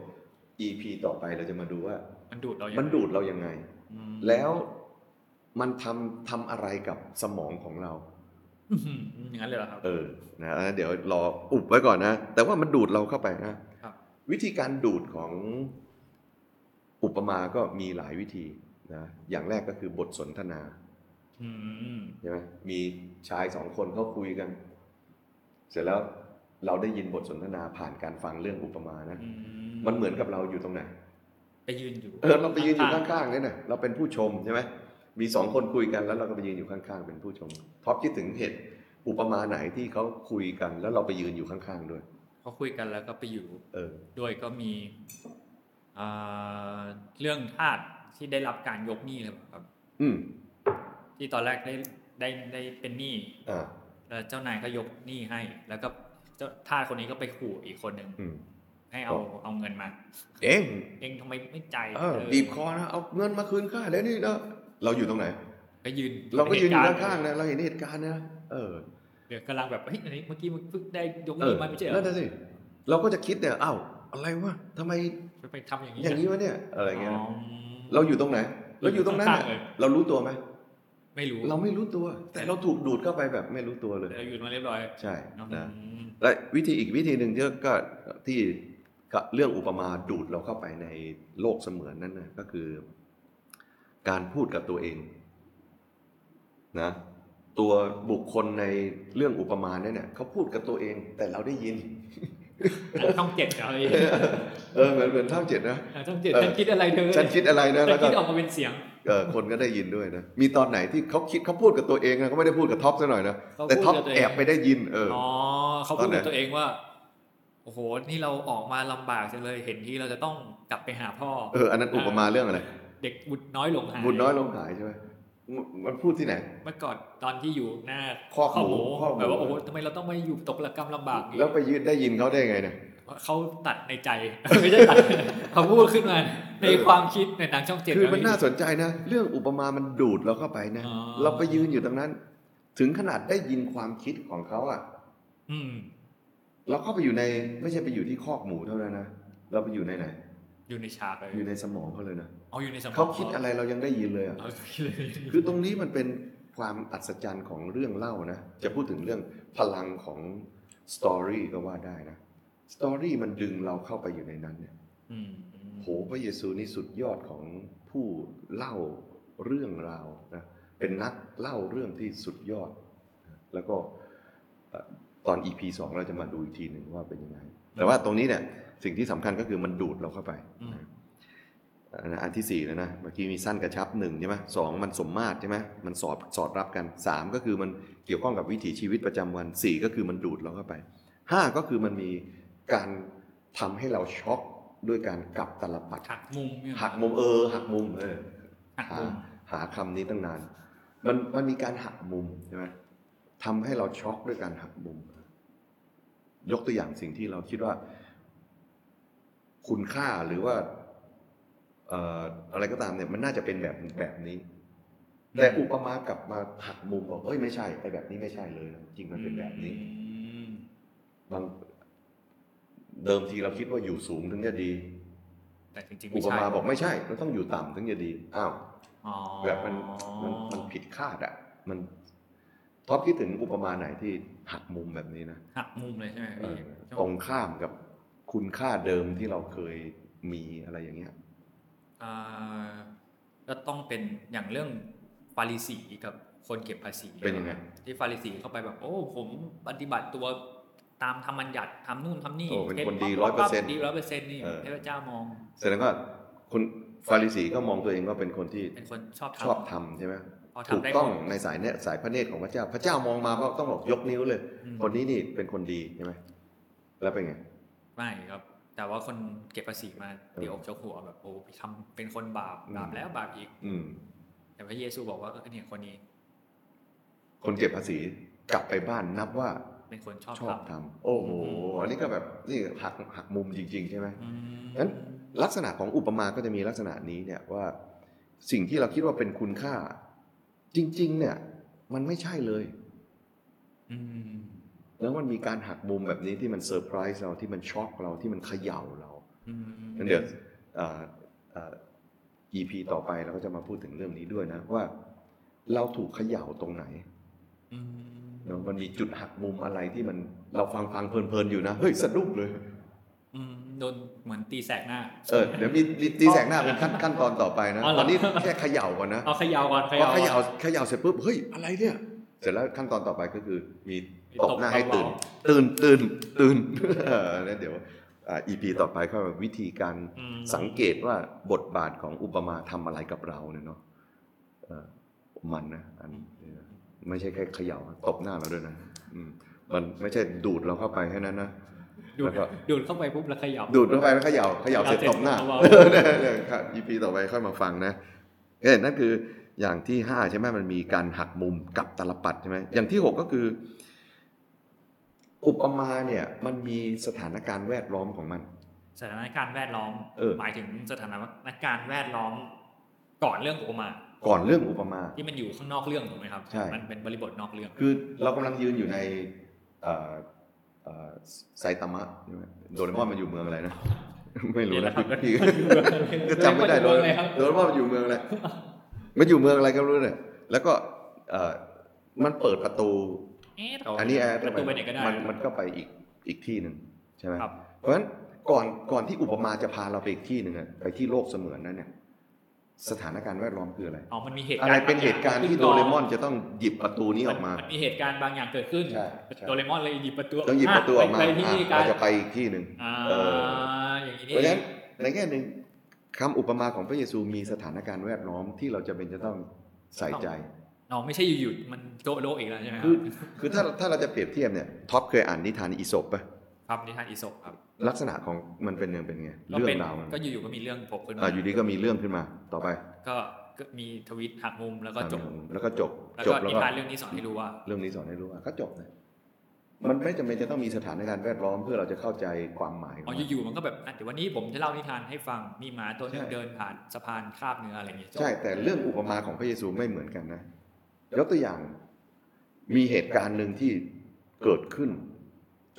C: EP ต่อไปเราจะมาดูว่า
B: มันดูดเรายังไง
C: มันดูดเรายังไง
B: อืม
C: แล้วมันทำทำอะไรกับสมองของเรา
B: อื้อหืออย่างนั้นเลยเหรอครับ
C: เออ นะแล้วเดี๋ยวรออุบไว้ก่อนนะ แต่ว่ามันดูดเราเข้าไปนะครับ วิธีการดูดของอุปมาก็มีหลายวิธีนะ อย่างแรกก็คือบทสนทนา
B: อืม
C: ใช่ไหมมีชายสองคนเขาคุยกัน เสร็จแล้วเราได้ยินบทสนทนาผ่านการฟังเรื่องอุปมานะ
B: อื
C: มันเหมือนกับเราอยู่ตรงไหน
B: ไปยืนอยู่
C: เออเราไปยืนอยู่ข้างๆเนี่ยนะเราเป็นผู้ชมใช่ไหมมีสองคนคุยกันแล้วเราก็ไปยืนอยู่ข้างๆเป็นผู้ชมท็อปคิดถึงเหตุอุปมาไหนที่เขาคุยกันแล้วเราไปยืนอยู่ข้างๆด้วย
B: ๆเขาคุยกันแล้วก็ไปอยู่
C: เออ
B: ด้วยก็มีอ่าเรื่องทาสที่ได้รับการยกหนี้เลยครับ
C: อืม
B: ที่ตอนแรกได้ได้ได้เป็นหนี้
C: อ่า
B: แล้วเจ้านายก็ยกหนี้ให้ แล้วก็เจ้าทาสคนนี้ก็ไปขู่อีกคนหนึ่ง
C: อืม
B: ให้เอาเอาเงินมา
C: เอง
B: เองทำไมไม่ใจาย
C: เออ
B: เออ
C: บีบคอนะเอาเงินมาคืนข้าเดี๋ยวนี้นะเราอยู่ตรงไหน
B: ก็ยืน
C: เราก็ยืนอยู่
B: เหตุ
C: ด้าน
B: รณ์
C: ข้างๆนะเราเห็นเหตุการณ์นะเออ
B: เดี๋ยวกำลังแบบเฮ้ยอันนี้เมื่อกี้มึงเพิ่งได้ยก
C: เอ
B: เงิ
C: อน
B: มาไม่ใช่เหร
C: นั่น
B: อ
C: น่ะสิเราก็จะคิดเนี่ยอ้าวอะไรวะทำไม
B: ไปทำอย่างนี้
C: อย่างนี้วะเนี่ยอะไรเงี้ย
B: อ๋อ
C: เราอยู่ตรงไหน เราอยู่ตรงนั้นน่ะ
B: ข้างๆเลย
C: เรารู้ตัวไหม
B: ไม่รู้
C: เราไม่รู้ตัว แต่เราถูกดูดเข้าไปแบบไม่รู้ตัวเลย
B: เราอยู่มาเรียบร้อย
C: ใช่
B: เนอะ
C: นะ
B: อืม
C: และวิธีอีกวิธีหนึ่งที่ก็ที่ก็เรื่องอุปมาดูดเราเข้าไปในโลกเสมือนนั่นนะก็คือ การพูดกับตัวเองนะตัวบุคคลในเรื่องอุปมาเนี่ยเนี่ยเขาพูดกับตัวเอง แต่เราได้ยิน
B: อ่ะต้องเจ็ดเหรอไอ้
C: เออเหมือนเหมือนท่าเจ็ดนะ
B: อ่ะต้องเจ็ด
C: เออ
B: ฉันคิดอะไรเธอ
C: ฉันคิดอะไรนะ
B: ฉั
C: แล้
B: น
C: วก็
B: คิดออกมาเป็นเสียง
C: เออคนก็ได้ยินด้วยนะ มีตอนไหนที่เขาคิดเขาพูดกับตัวเองนะเขาไม่ได้พูดกับท็อปซะหน่อยนะ
B: เขา
C: แต่
B: พูด
C: ท็อป
B: กับตัวเอง
C: แอบไปได้ยินเอออ
B: อ๋อเขาพู
C: ตอ
B: ด
C: นไห
B: กับ
C: น
B: ตัวเองว่า โอ้โห นี่เราออกมาลำบากจังเลย เห็นที่เราจะต้องกลับไปหาพ่อ
C: เอออันนั้นอุปมาเรื่องอะไร
B: เด็กบุตรน้อยหลงหาย
C: บุญน้อยลงหายใช่ไหมมันมันพูดที่ไหน
B: เมื่อก่อนตอนที่อยู่หน้า
C: คอกหมูคอกหมู
B: แบบว่าโอ้โหทำไมเราต้องมาอยู่ตกระกรรมลำบากอย่างนี้
C: แล้วไปยืดได้ยินเขาได้ไงเนี่ย
B: เขาตัดในใจ ไม่ใช่ตัด เขาพูดขึ้นมาใน
C: เออ
B: ความคิดในหนังช่องเจ็ด
C: คือมัน
B: เลย
C: น่าสนใจนะ เรื่องอุปมามันดูดเราเข้าไปนะ
B: อ๋อ
C: เราไปยืนอยู่ตรงนั้น ถึงขนาดได้ยินความคิดของเขาอ่ะ
B: อืม
C: เราเข้าไปอยู่ในไม่ใช่ไปอยู่ที่คอกหมูเท่านั้นนะเราไปอยู่ในไหน
B: อยู่ในฉากเลย
C: อยู่ในสมองเขาเลยนะ
B: เอาอยู่ในสมอง
C: เขาคิดอะไรเรายังได้ยินเลยอะ
B: เอาคิดเลย
C: คือตรงนี้มันเป็นความอัศจรรย์ของเรื่องเล่านะ จะพูดถึงเรื่องพลังของสตอรี่ก็ว่าได้นะ สตอรี่มันดึงเราเข้าไปอยู่ในนั้นเนี่ย
B: อืม
C: โหพระเยซูนี่สุดยอดของผู้เล่าเรื่องราวนะ เป็นนักเล่าเรื่องที่สุดยอด แล้วก็เอ่อตอน EP 2 เราจะมาดูอีกทีหนึ่งว่าเป็นยังไง แต่ว่าตรงนี้เนี่ยสิ่งที่สำคัญก็คือมันดูดเราเข้าไป
B: อืม
C: นะ อันนั้นอันที่สี่แล้วนะเมื่อกี้มีสั้นกระชับหนึ่งใช่ไหมสองมันสมมาตรใช่ไหมมันสอดสอดรับกันสามก็คือมันเกี่ยวข้องกับวิถีชีวิตประจำวันสี่ก็คือมันดูดเราเข้าไปห้าก็คือมันมีการทำให้เราช็อกด้วยการกลับตลปัด
B: หักมุมเนี่ย
C: หักมุมเออหักมุมเออ
B: หัก
C: หา
B: มุม
C: หาคำนี้ตั้งนาน มันมันมีการหักมุมใช่ไหมทำให้เราช็อกด้วยการหักมุม ยกตัวอย่างสิ่งที่เราคิดว่า คุณค่าหรือว่าเอ่ออะไรก็ตามเนี่ยมันน่าจะเป็นแบบแบบนี้ แต่อุปมากลับมาหักมุมบอกเอ้ยไม่ใช่ไอ้แบบนี้ไม่ใช่เลยนะจริงมันเป็นแบบนี้
B: อืม
C: บางเดิมทีเราคิดว่าอยู่สูงถึงจะดี
B: แต่จริงๆ
C: อุ
B: ไม่ใช่
C: ปมาบอกไม่ใช่เราต้องอยู่ต่ำถึงจะดีอ้าว
B: อ๋อ
C: แบบมันมันมันผิดคาดอะมันท็อปคิดถึงอุปมาไหนที่หักมุมแบบนี้นะ
B: หักมุมเลยใช่ไหม
C: เอ
B: พี่
C: อตรงข้ามกับคุณค่าเดิมที่เราเคยมีอะไรอย่างเงี้ย
B: อ่าก็ต้องเป็นอย่างเรื่องฟาริสีกับคนเก็บภาษี
C: เป็นยังไง
B: ที่ฟาริสีเข้าไปแบบ โอ้ ผมปฏิบัติตัวตามธรรมบัญญัติทำนู่นทำนี่
C: โอ้เป็นคน
B: ท
C: ดี
B: ป๊ปป๊ป
C: 100%
B: ดีร้อยเปอร์เซ็นต์นี่
C: เออ
B: เทพเจ้ามอง
C: แสดงว่าคนฟาริสีก็มองตัวเองว่าเป็นคนที่
B: เป็นคนชอบ
C: ชอบ
B: ทำ
C: ทำใช่ไหม
B: พอ
C: ถู
B: ทำ
C: ก
B: ได้
C: ต้อง
B: หมด
C: ในสายเนยสายพระเนตรของพระเจ้า พระเจ้ามองมาก็ต้องบอกยกนิ้วเลย
B: อืม
C: คนนี้นี่เป็นคนดีใช่ไหมแล้วเป็นไง
B: ไม่ครับ แต่ว่าคนเก็บภาษีมา
C: เออ
B: เดี๋ยวอกเจ้าหัวแบบโอ้ไปทำเป็นคนบาป
C: อืม
B: บาปแล้วบาปอีก
C: อืม
B: แต่พระเยซูบอกว่าเออเนี่ยคนนี้
C: คนเก็บภาษีกลับไปบ้านนับว่า
B: เป็นคนชอบ
C: ชอบ
B: ทำ
C: ทำโอ้โหอันนี้ก็แบบนี่หักหักมุมจริง ๆ ใช่ไหม
B: อืม
C: งั้น ลักษณะของอุปมาก็จะมีลักษณะนี้เนี่ยว่าสิ่งที่เราคิดว่าเป็นคุณค่า จริง ๆ เนี่ย มันไม่ใช่เลย
B: อืม
C: แล้วมันมีการหักมุมแบบนี้ที่มันเซอร์ไพรส์เราที่มันช็อกเราที่มันเขย่าเรา
B: อืม
C: งั้นเดี๋ยวเอ่อเอ่อ EP ต่อไปเราก็จะมาพูดถึงเรื่องนี้ด้วยนะว่า เราถูกเขย่าตรงไหน
B: อืม
C: เนอะมันมีจุดหักมุมอะไรที่มันเราฟังฟังๆเพลินๆอยู่นะเฮ้ยสะดุ้งเลย
B: อืมโดนเหมือนตีแสกหน้า
C: เออเดี๋ยวมีมีตีแสงหน้าเป็นขั้นขั้นตอนต่อไปนะ
B: อ๋อเหร
C: ต
B: อ
C: อนนี้แค่เขย่าก่อนนะ
B: เอาเขยาวก่อนเข
C: พ
B: ยา
C: อ
B: ว
C: เขย่า
B: ก่อน
C: เขย่าเสร็จปุ๊บเฮ้ยอะไรเนี่ย เสร็จแล้วขั้นตอนต่อไปก็คือ มี
B: มี
C: ต
B: ต
C: บบ หน้าให้
B: เบาๆ
C: ตื่น ตื่นตื่นตื่น เออแล้วเดี๋ยวอ่า EP ต่อไปเข้ามาวิธีการ
B: อืม
C: สังเกตว่าบทบาทของอุปมาทำอะไรกับเราเนี่ยเนาะเออมันนะอันนี้นะไม่ใช่แค่เขย่าตบหน้าเราด้วยนะอืมมันไม่ใช่ดูดเราเข้าไปแค่นั้นนะ
B: ดูด
C: แล้วก็
B: ดูดเข้าไปปุ๊บแล้วเขยาว
C: ดูดเข้าไปแล้วเขย่าเขย่าเสร็จตบหน้า
B: เขย่า
C: เอ
B: เสร็
C: อ
B: จตบหน้า
C: เนี่ยครับ EP ต่อไปค่อยมาฟังนะเอ้ยนั่นคืออย่างที่ห้าใช่ไหมมันมีการหักมุมกลับตลปัดใช่ไหมอย่างที่หกก็คือ อุปมาเนี่ย มันมีสถานการณ์แวดล้อมของมัน
B: สถานการณ์แวดล้อม
C: เออ
B: หมายถึงสถานการณ์แวดล้อมก่อนเรื่องโอมา
C: ก่อนเรื่องอุปมา
B: ที่มันอยู่ข้างนอกเรื่องถูกไหมครับ
C: ใช่
B: มันเป็นบริบทนอกเรื่อง
C: คือเรากำลังยืนอยู่ในเอ่อเอ่อไซตามะใช่ไหมโดเรมอนมันอยู่เมืองอะไร นะ ไม่รู้
B: เดี๋ย
C: นะ
B: วนะครับ
C: พี่ก็จำไม่ได้
B: โด
C: โด
B: เร
C: เร
B: มอนอยู่เมืองอะไรครับ
C: มอนมันอยู่เมืองอะไรมันอยู่เมืองอะไรก็ไม่รู้เนี่ยแล้วก็เอ่อมันเปิดประตู
B: เอ๊ะ
C: อันนี้แอร์
B: ประตูไปไหนก็ได้
C: มันมันก็ไปอีกอีกที่หนึ่งใช่ไหม
B: ครับ
C: เพราะฉะนั้นก่อนก่อนที่อุปมาจะพาเราไปอีกที่หนึ่งอะไปที่โลกเสมือนนั้นเนี่ยสถานการณ์แวดล้อมคืออะไร
B: อ๋อมันมีเหตุ
C: อะ
B: การณ์
C: ไรเป็นเหตุการณ์ที่โด
B: บง
C: เร
B: ย่ง
C: มอนจะต้องหยิบประตูนี้ออกมา
B: นมีเหตุการณ์บางอย่างเกิดขึ้น
C: ใช่ใช่
B: โดเรมอนเลยหยิบประตู
C: ต้องหยิบประตูออกมา
B: ไปที่
C: อ่ะ
B: นี่กั
C: เรา
B: น
C: จะไปอีกที่หนึ่ง
B: อ่า
C: เออ
B: อย่างนี้
C: เพราะฉะนั้นในแง่หนึ่งคำอุปมาของพระเยซูมีสถานการณ์แวดล้อมที่เราจะเป็นจะต้องใส่ใจ
B: น้องไม่ใช่อยู่ๆมันโจโลกอีกแล้วใช่ไหมครั
C: คือคือถ้าถ้าเราจะเปรียบเทียบเนี่ยท็อปเคยอ่านนิทานอีสปป่ะ
B: ครับนิทานอีสปครับ
C: ลักษณะของมันเป็นยังเป็นไง
B: ก็
C: เรื่อ
B: ป็น
C: งราวมัน
B: ก็อยู่ๆก็มีเรื่องโผล่ขึ้น
C: อ่ะ
B: มา
C: อยู่ดีก็มีเรื่องขึ้นมาต่อไป
B: ก็ก็มีทวิตหักมุมแล้วก็จบ
C: อ่ะแล้วก็จบ
B: แล้ว
C: จ
B: ก็
C: บแล้ว
B: นิ
C: ก็
B: ทานเรื่องนี้สอนให้รู้ว่า
C: เรื่องนี้สอนให้รู้ว่าก็จบนะมันไม่จำเป็นจะต้องมีสถานการณ์แวดล้อมเพื่อเราจะเข้าใจความหมายข
B: อ๋อ
C: อ
B: ง
C: มัน
B: อยู่ๆมันก็แบบอ่ะเดี๋ยววันนี้ผมจะเล่านิทานให้ฟังมีหมาตัวหนึง
C: ใช่
B: เดินผ่านสะพานคาบเนื้ออะไรอย่างเงี้ย
C: ใช่แต่เรื่องอุปมาของพระเยซูไม่เหมือนกันนะยกตัวอย่างมีเหตุการณ์หนึ่งที่เกิดขึ้น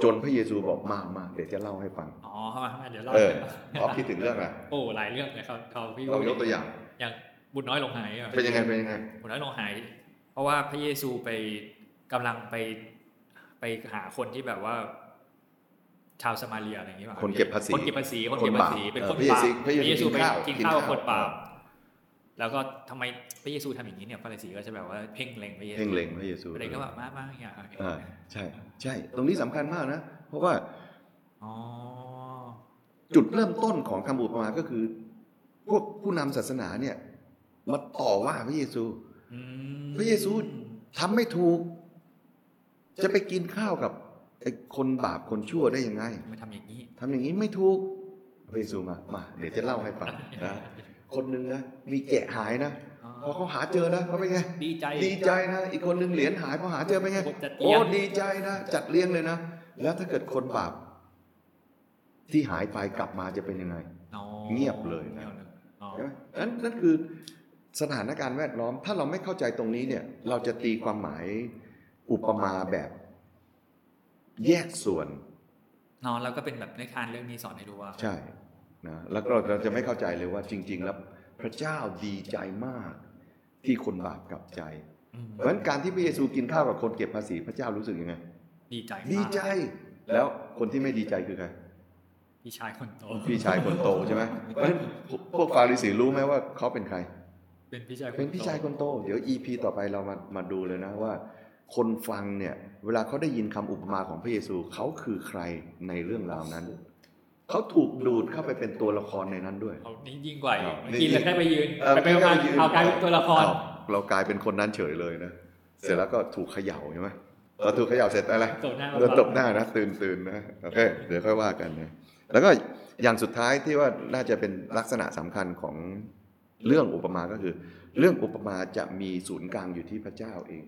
C: จนพระเยซูบอกมามาเดี๋ยวจะเล่าให้ฟัง
B: อ๋อเข้ามาเข้ามาเดี๋ยวเล่า
C: เออพอคิดถึงเรื่อ งอะไร
B: โอ้หลายเรื่องเลยครับเขาพี่
C: เรายกตัวอย่าง
B: อย่างบุญน้อยลงหายอะ
C: เป็นยังไงเป็นยังไง
B: บุญน้อยลงหาย เพราะว่าพระเยซูไปกำลังไปไปหาคนที่แบบว่า ชาวสมาเรียอะไรอย่างเงี้ยป่ะ
C: คนเก็บภาษี
B: คนเก็บภาษีคนเก็บภาษี
C: คนบาป
B: เป็นคน
C: เออบ
B: าป
C: พระเยซู
B: ไป
C: กินข้าว
B: กิน
C: กิน
B: ข้า
C: ข้าว ว
B: กับคนบาปแล้วก็ทำไมพระเยซูทำอย่างนี้เนี่ยฟาริสีก็จะแบบว่าเพ่งเล็งพระเยซู
C: เพ่งเล็งพระเยซู
B: อะไรก็แบบมากมากอย่างเงี้ย
C: อ่าใช่ ใช่ ตรงนี้สำคัญมากนะ เพราะว่า
B: อ๋อ
C: จุดเริ่มต้นของคำอุปมาก็คือ พวกผู้นำศาสนาเนี่ยมาต่อว่าพระเยซู
B: อืม
C: พระเยซู ทำไม่ถูก จะไปกินข้าวกับไอ้คนบาปคนชั่วได้ยังไง
B: ทำไมาทำอย่างนี้
C: ทำอย่างนี้ไม่ถูกพระเยซูมา มาเดี๋ยวจะเล่าให้ฟังนะคนหนึ่งนะมีแกะหายนะ
B: อ๋อ
C: พอเขาหาเจอนะเขาเป็นไง
B: ดีใจ
C: ดีใจนะ อีกคนหนึ่งเหรียญหายพอหาเจอเป็นไง
B: ผมจะเตรี
C: โอ้
B: ยม
C: ดีใจนะ จัดเลี้ยงเลยนะ แล้วถ้าเกิดคนบาปที่หายไปกลับมาจะเป็นยังไง
B: อ๋อ
C: เงียบเลยนะ
B: งีบอ๋อ
C: ใช่ไหมนั้นนั่นคือสถานการณ์แวดล้อม ถ้าเราไม่เข้าใจตรงนี้เนี่ย เราจะตีความหมายอุปมาแบบ แยกส่วน
B: นอนแล้วก็เป็นแบบนิทานเรื่องนี้สอนให้รู้ว่า
C: ใช่นะแล้วก็เราจะไม่เข้าใจเลยว่าจริง ๆ แล้วพระเจ้าดีใจมากที่คนบาปกลับใจ
B: อืม
C: เพราะฉะนั้นการที่พระเยซูกินข้าวกับคนเก็บภาษีพระเจ้ารู้สึกยังไง
B: ดีใจ
C: ดี
B: มาก
C: ใจ แล้วคนที่ไม่ดีใจคือใคร
B: พี่ชายคนโต
C: พี่ชายคนโตใช่ไหมเพราะฉะนั้นพวกฟาริสีรู้ไหมว่าเขาเป็นใคร
B: เป็นพี่ชายคโต
C: เป็นพี่ชายคนโต เดี๋ยว EP ต่อไปเรามามาดูเลยนะว่า คนฟังเนี่ย เวลาเขาได้ยินคำอุปมาของพระเยซูเขาคือใครในเรื่องราวนั้น เขาถูกดูดเข้าไปเป็นตัวละครในนั้นด้วย
B: เอานี่ยิ่งกว่าอีก
C: เอา
B: เมื่อกี้
C: นี่
B: เราได้ไปยืน
C: เอ่อ
B: ไปไปมา
C: ม่ด้
B: เอากลายเป็นตัวละคร
C: อ้าวเรากลายเป็นคนนั้นเฉยเลยนะ เสร็จแล้วก็ถูกเขย่าใช่ไหมพอถูกเขย่าเสร็จอะไร
B: ตบหน้า
C: โดนตบหน้านะตื่นตื่นนะโอเคเดี๋ยวค่อยว่ากันนะแล้วก็อย่างสุดท้ายที่ว่าน่าจะเป็นลักษณะสำคัญของเรื่องอุปมาก็คือ เรื่องอุปมาจะมีศูนย์กลางอยู่ที่พระเจ้าเอง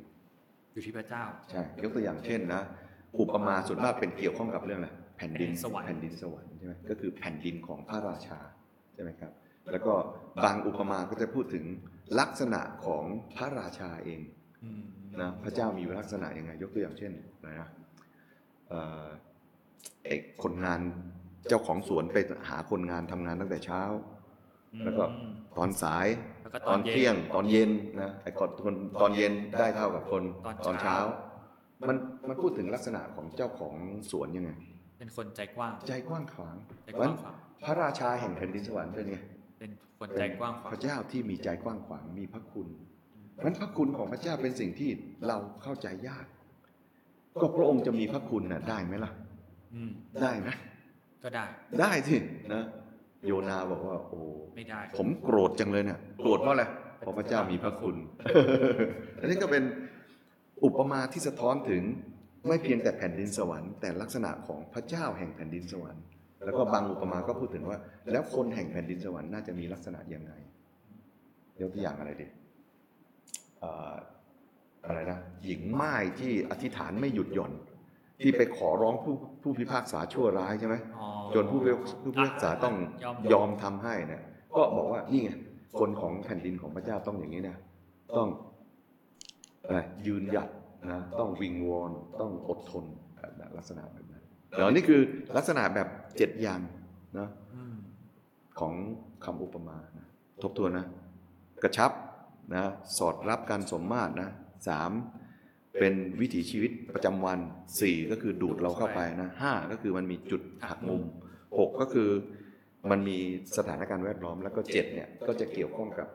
B: อยู่ที่พระเจ้า
C: ใช่ยกตัวอย่างเช่นนะอุปมาส่วนมากเป็นเกี่ยวข้องกับเรื่องอะไรแผ่นดิน
B: แผ่นดินสวรรค์
C: แผ่นดินสวรรค์ใช่ไหมก็คือแผ่นดินของพระราชาใช่ไหมครับ แล้วก็บางอุปมาก็จะพูดถึงลักษณะของพระราชาเอง
B: อืม
C: นะพระเจ้ามีลักษณะยังไง ยกตัวอย่างเช่นอะไรนะเอ่อเอกคนงานเจ้าของสวนไปหาคนงานทำงานตั้งแต่เช้า แล้วก็
B: อืม
C: ตอนสาย
B: แล้วก็ต
C: ต
B: อ
C: อน น
B: เย็น
C: เที่ยง ตอนเย็นนะไอ้คนคนตอนเย็นได้เท่ากับคน
B: ตอนเช้า
C: ตอนเช้า มันมันพูดถึงลักษณะของเจ้าของสวนยังไง
B: เป็นคนใจกว้าง
C: ใจกว้างขวาง
B: ใจก
C: เพราะ
B: ว้าง
C: ฉะนั้น
B: ขวาง
C: พระราชาแห่งแผ่นดินสวรรค์เป็นไง
B: เป็นคนใจกว้างขวาง
C: พระเจ้าที่มีใจกว้างขวางมีพระคุณเพราะฉะนั้นพระคุณของพระเจ้าเป็นสิ่งที่เราเข้าใจยาก ก็พระองค์จะมีพระคุณน่ะได้ไหมล่ะ
B: อืม
C: ได้ไหม
B: ก็ได้
C: ได้สินะโยนาบอกว่า โอ้
B: ไม่ได้
C: ผมโกรธจังเลยเนี่ยโกรธเพราะอะไรเพราะพระเจ้ามีพระคุณ อันนี้ก็เป็นอุปมาที่สะท้อนถึงไม่เพียงแต่แผ่นดินสวรรค์แต่ลักษณะของพระเจ้าแห่งแผ่นดินสวรรค์ แล้วก็บางอุปมาก็พูดถึงว่า แล้วคนแห่งแผ่นดินสวรรค์น่าจะมีลักษณะยังไง ยกตัวอย่างอะไรดีเอ่ออะไรนะหญิงม่ายที่อธิษฐานไม่หยุดหย่อน ที่ไปขอร้องผู้ผู้พิพากษาชั่วร้ายใช่ไหม
B: อ๋อ
C: จนผู้พิผู้พิพากษาต้องยอมทำให้เนะก็บอกว่านี่ไงคนของแผ่นดินของพระเจ้าต้องอย่างนี้นะต้องอะไรยืนหยัดนะต้องวิงวอนต้องอดทนนะลักษณะแบบนั้นเดี๋ยวนี่คือลักษณะแบบเจ็ดอย่างนะ
B: อืม
C: ของคำอุปมานะทบทวนนะ กระชับนะสอดรับการสมมาตรนะสามเป็นวิถีชีวิตประจำวันสี่ก็คือดูดเราเข้าไปนะห้าก็คือมันมีจุดหักมุม หกก็คือมันมีสถานการณ์แวดล้อมแล้วก็เจ็ดเนี่ยก็จะเกี่ยวข้องกับ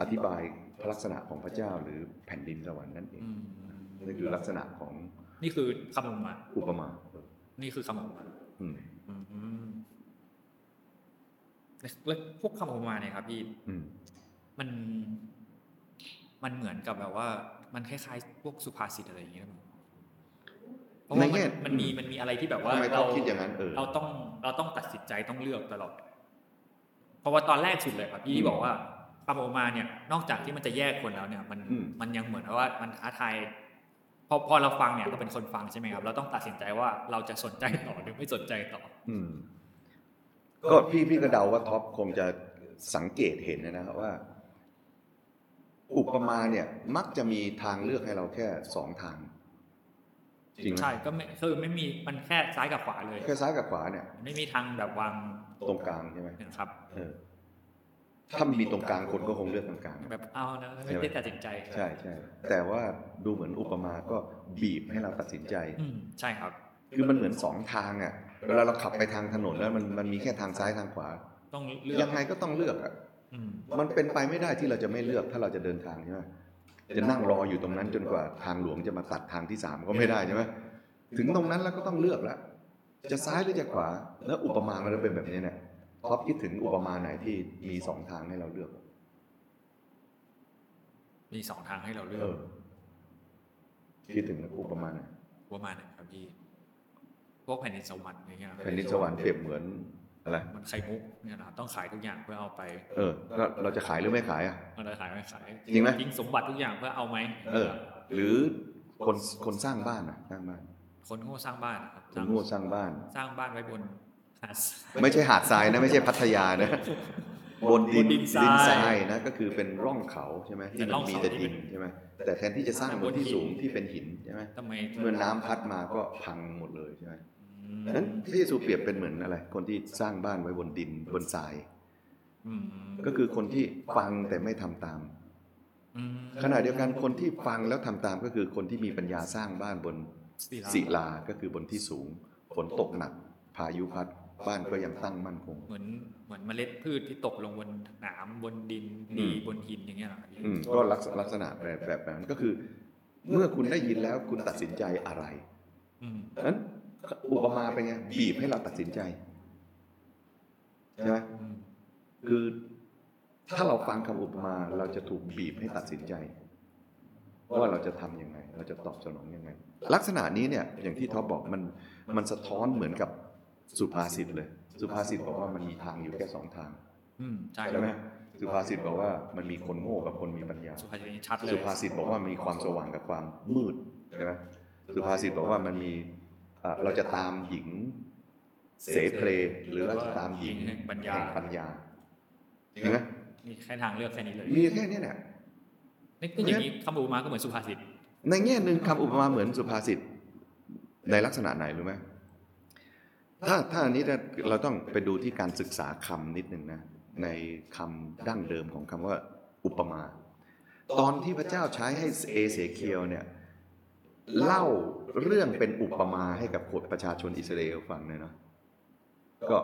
C: อธิบายพระลักษณะของพระเจ้าหรือแผ่นดินสวรรค์นั่นเอง
B: อืม
C: นี่คือลักษณะของ
B: นี่คือคำออกมา
C: อุปมา
B: นี่คือคำออกมา
C: อืม
B: อืมแล้วพวกคำออกมาเนี่ยครับพี่
C: อืม
B: มัน มันเหมือนกับแบบว่า มันคล้ายๆพวกสุภาษิตอะไรอย่างเงี้ยหรือเปล่าเพราะว่ามันมันมีมันมีอะไรที่แบบว่า
C: ทำไมต้
B: เรา
C: องคิดอย่างนั้นเออ
B: เราต้องเราต้องตัดสินใจต้องเลือกตลอด เพราะว่าตอนแรกสุดเลยครับพี่
C: อืม
B: ที่บอกว่าคำออกมาเนี่ย นอกจากที่มันจะแยกคนแล้วเนี่ย มัน
C: อืม
B: มันยังเหมือนว่ามันท้าทายพอพอเราฟังเนี่ยเราเป็นคนฟังใช่ไหมครับ เราต้องตัดสินใจว่าเราจะสนใจต่อหรือไม่สนใจต่อ
C: อืมก็พี่พี่ก็เดาว่าท็อปคงจะสังเกตเห็นนะครับว่า อุปมาเนี่ย มักจะมีทางเลือกให้เราแค่สองทาง จริงไหม
B: ใช่ก็ไม่คือไม่มีมันแค่ซ้ายกับขวาเลย
C: แค่ซ้ายกับขวาเนี่ย
B: มันไม่มีทางแบบวาง
C: ตรงกลางใช่ไหม
B: นะครับ
C: เออ ถ้ามีตรงกลางคนก็คงเลือกตรงกลาง
B: แบบเอานะ
C: ใช่
B: ไม่
C: ไหม
B: ได้ตัดสินใจ
C: ใช่ใช่แต่ว่าดูเหมือนอุปมาก็บีบให้เราตัดสินใจ
B: อืมใช่ครับ
C: คือมันเหมือนสองทางอ่ะเวลาเราขับไปทางถนนแล้วมันมันมีแค่ทางซ้ายทางขวา
B: ต้องเลือก
C: ยังไงก็ต้องเลือกอ่ะ
B: อืม
C: มันเป็นไปไม่ได้ที่เราจะไม่เลือกถ้าเราจะเดินทางใช่ไหมจะนั่งรออยู่ตรงนั้นจนกว่าทางหลวงจะมาตัดทางที่สามก็ไม่ได้ใช่ไหมถึงตรงนั้นแล้วก็ต้องเลือกละจะซ้ายหรือจะขวา แล้วอุปมามันจะเป็นแบบนี้เนี่ยท็อปคิดถึงอุปมาไหนที่มีสองทางให้เราเลือก
B: มีสองทางให้เราเลื
C: เอ
B: อก
C: อคิดถึงอุปมาไหน
B: ประมาณไหนครับพี่พวกแผ่นดินสวรรค์อะไรเงี้ย
C: แผ่นดินสวรรค์เปรียบเหมือนอะไร
B: มันไข่มุกเนี่ยนะครับต้องขายทุกอย่างเพื่อเอาไป
C: เออเราเราจะขายหรือไม่ขายอ่ะ
B: มันจะขายไม่ขาย
C: จริงไหม
B: ทิ้งสมบัติทุกอย่างเพื่อเอาไหม
C: เออ หรือคนคนสร้างบ้านอ่ะสร้างบ้าน
B: คนโง่สร้างบ้านนะครับ
C: คนโง่สร้างบ้าน
B: สร้างบ้านไว้ บนหาด
C: ไม่ใช่หาดทรายนะไม่ใช่พัทยานะ บนดิ
B: บ
C: น
B: นดินทราย
C: ทรายนะก็คือเป็นร่องเขาใช่ไหม
B: เป็
C: ที่
B: นร่
C: มัน
B: อง
C: มี
B: เขา
C: แต่
B: ที่
C: ดิน
B: เป็น
C: ใช่ไหมแต่แทนที่จะสร้างบน
B: บน
C: ที่
B: หิน
C: สูงที่เป็นหินใช่ไหม
B: ทำไม
C: เมื่อน้ำพัดมาก็พังหมดเลยใช่ไหม
B: อื
C: ดังนั้นพระเยซูเปรียบเป็นเหมือนอะไร คนที่สร้างบ้านไว้บนดินบนทราย
B: อืม
C: ก็คือคนที่ฟังแต่ไม่ทำตาม
B: อืม
C: ขณะเดียวกันคนที่ฟังแล้วทำตามก็คือคนที่มีปัญญาสร้างบ้านบนศิลาก็คือบนที่สูงฝนตกหนัก พายุพัดบ้านก็ยังตั้งมั่นคง
B: เหมือนเหมือนเมล็ดพืชที่ตกลงบนหนามบนดิน
C: อืม
B: ดีบนหินอย่างเงี้ยเหรอครับพี่
C: อืมก็ลักษลักษณะแบบแบบนั้นก็คือ เมื่อคุณได้ยินแล้วคุณตัดสินใจอะไร
B: อืม
C: นั้นอุปมาเป็นไงบีบให้เราตัดสินใจใช่ไหม
B: อืม
C: คือถ้าเราฟังคำอุปมาเราจะถูกบีบให้ตัดสินใจ ว่าเราจะทำยังไง เราจะตอบสนองยังไง ลักษณะนี้เนี่ย อย่างที่ท็อปบอกมันมันสะท้อนเหมือนกับสุภาษิตเลย สุภาษิตบอกว่ามันมีทางอยู่แค่สองทาง
B: อืมใช่
C: ใช่ไหมสุภาษิตบอกว่ามันมีคนโง่กับคนมีปัญญา
B: สุภาษิตนี้ชัดเลย
C: สุภาษิตบอกว่ามีความสว่างกับความมืดใช่ไหมสุภาษิตบอกว่ามันมีเอ่อเราจะตามหญิงเสเพลหรือเราจะตามหญิง
B: แห่งปัญญา
C: แห่งปัญญาจริงไหม
B: มีแค่ทางเลือกแค่นี้เลย
C: มีแค่เนี้แหละ
B: นี่ก็อย่างนี้คำบูมาก็เหมือนสุภาษิต
C: ในแง่หนึ่งคำอุปมาเหมือนสุภาษิตในลักษณะไหนรู้ไหมถ้าถ้าอันนี้เราต้องไปดูที่การศึกษาคำนิดหนึ่งนะ ในคำดั้งเดิมของคำว่าอุปมา ตอนที่พระเจ้าใช้ให้เอเสเคียวเนี่ย เล่าเรื่องเป็นอุปมาให้กับคนประชาชนอิสราเอลฟังเนี่ยเนาะก็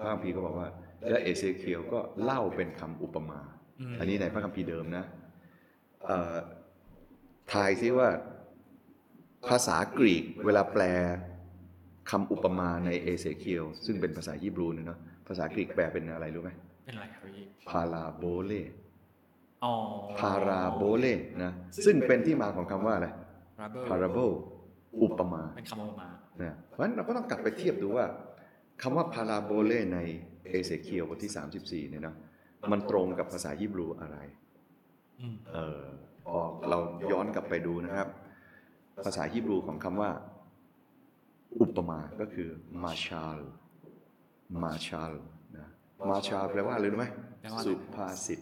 C: พระคัมภีร์ก็บอกว่า และเอเสเคียวก็เล่าเป็นคำอุปมา
B: อืม
C: อันนี้ในพระคัมภีร์เดิมนะเอ่อทายซิว่าภาษากรีกเวลาแปลคำอุปมาในเอเสเคียวซึ่งเป็นภาษาฮีบรูเนี่ยเนาะภาษากรีกแปลเป็นอะไรรู้ไหม
B: เป็นไรครับพี่
C: พาราโบเล
B: อ๋อ
C: พาราโบเลนะซึ่งเป็นที่มาของคำว่าอะไร
B: ราเบ
C: parable อุปมา
B: เป็นคำบูมา
C: นะเพราะฉะนั้นเราก็ต้องกลับไปเทียบดูว่าคำว่าพาราโบเลในเอเสเคียวบทที่ 34เนี่ยเนาะมันตรงกับภาษาฮีบรูอะไร
B: อืม
C: เออพอเราย้อนกลับไปดูนะครับ ภาษาฮีบรูของคำว่า อุปมาก็คือมาชาล มาชาลนะมาชาลแปลว่าอะไรรู้ไหม
B: แปลว่าอะไร
C: สุภาษิต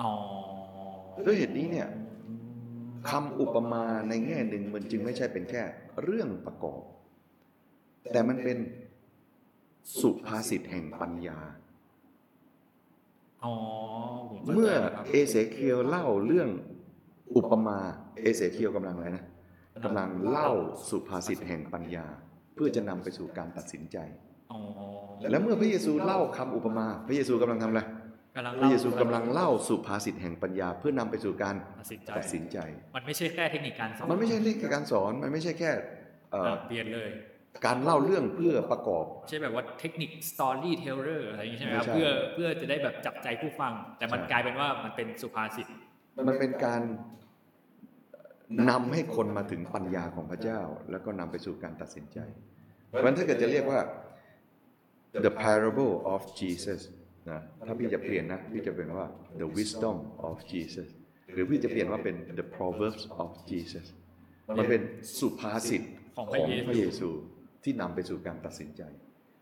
B: อ๋อ
C: ด้วยเหตุนี้เนี่ยคำอุปมาในแง่หนึ่งมันจึงไม่ใช่เป็นแค่เรื่องประกอบ แต่มันเป็นสุภาษิตแห่งปัญญา
B: อ๋อผข้าใจ
C: เมื่อ
B: แล้วครับ
C: เอเสเคียวเล่าเรื่องอุปมาเอเสเคียวกำลังอะไรนะกำลังเล่าสุภาษิตแห่งปัญญา เพื่อจะนำไปสู่การตัดสินใจ
B: อ๋อ
C: และเมื่อพระเยซูเล่าคำอุปมา พระเยซูกำลังทำอะไร
B: กำลัง
C: พระเยซูกำลังเล่าสุภาษิตแห่งปัญญา เพื่อนำไปสู่การ
B: ตัดสินใจ
C: ตัดสินใจ
B: มันไม่ใช่แค่เทคนิคการสอน
C: มันไม่ใช่เรื่องการสอนมันไม่ใช่แค่เอ่อ
B: อ่ะเปลี่ยนเลย
C: การเล่าเรื่องเพื่อประกอบ
B: ไม่ใช่แบบว่าเทคนิคสตอรี่เทเลอร์อะไรอย่างงี้ใช่ไหมครับ
C: ไม่ใช่
B: เพื่อเพื่อจะได้แบบจับใจผู้ฟัง แต่มัน
C: ใช่
B: กลายเป็นว่ามันเป็นสุภาษิต
C: มันเป็นการนำให้คนมาถึงปัญญาของพระเจ้า แล้วก็นำไปสู่การตัดสินใจ เพราะฉะนั้นถ้าเกิดจะเรียกว่า the parable of Jesus นะถ้าพี่จะเปลี่ยนนะ พี่จะเป็นว่า the wisdom of Jesus หรือพี่จะเปลี่ยนว่าเป็น the proverbs of Jesus มันเป็นสุภาษิต
B: ของ
C: ข
B: พระ
C: อง
B: เย
C: พ
B: ซู
C: ระเยซูที่นำไปสู่การตัดสินใจ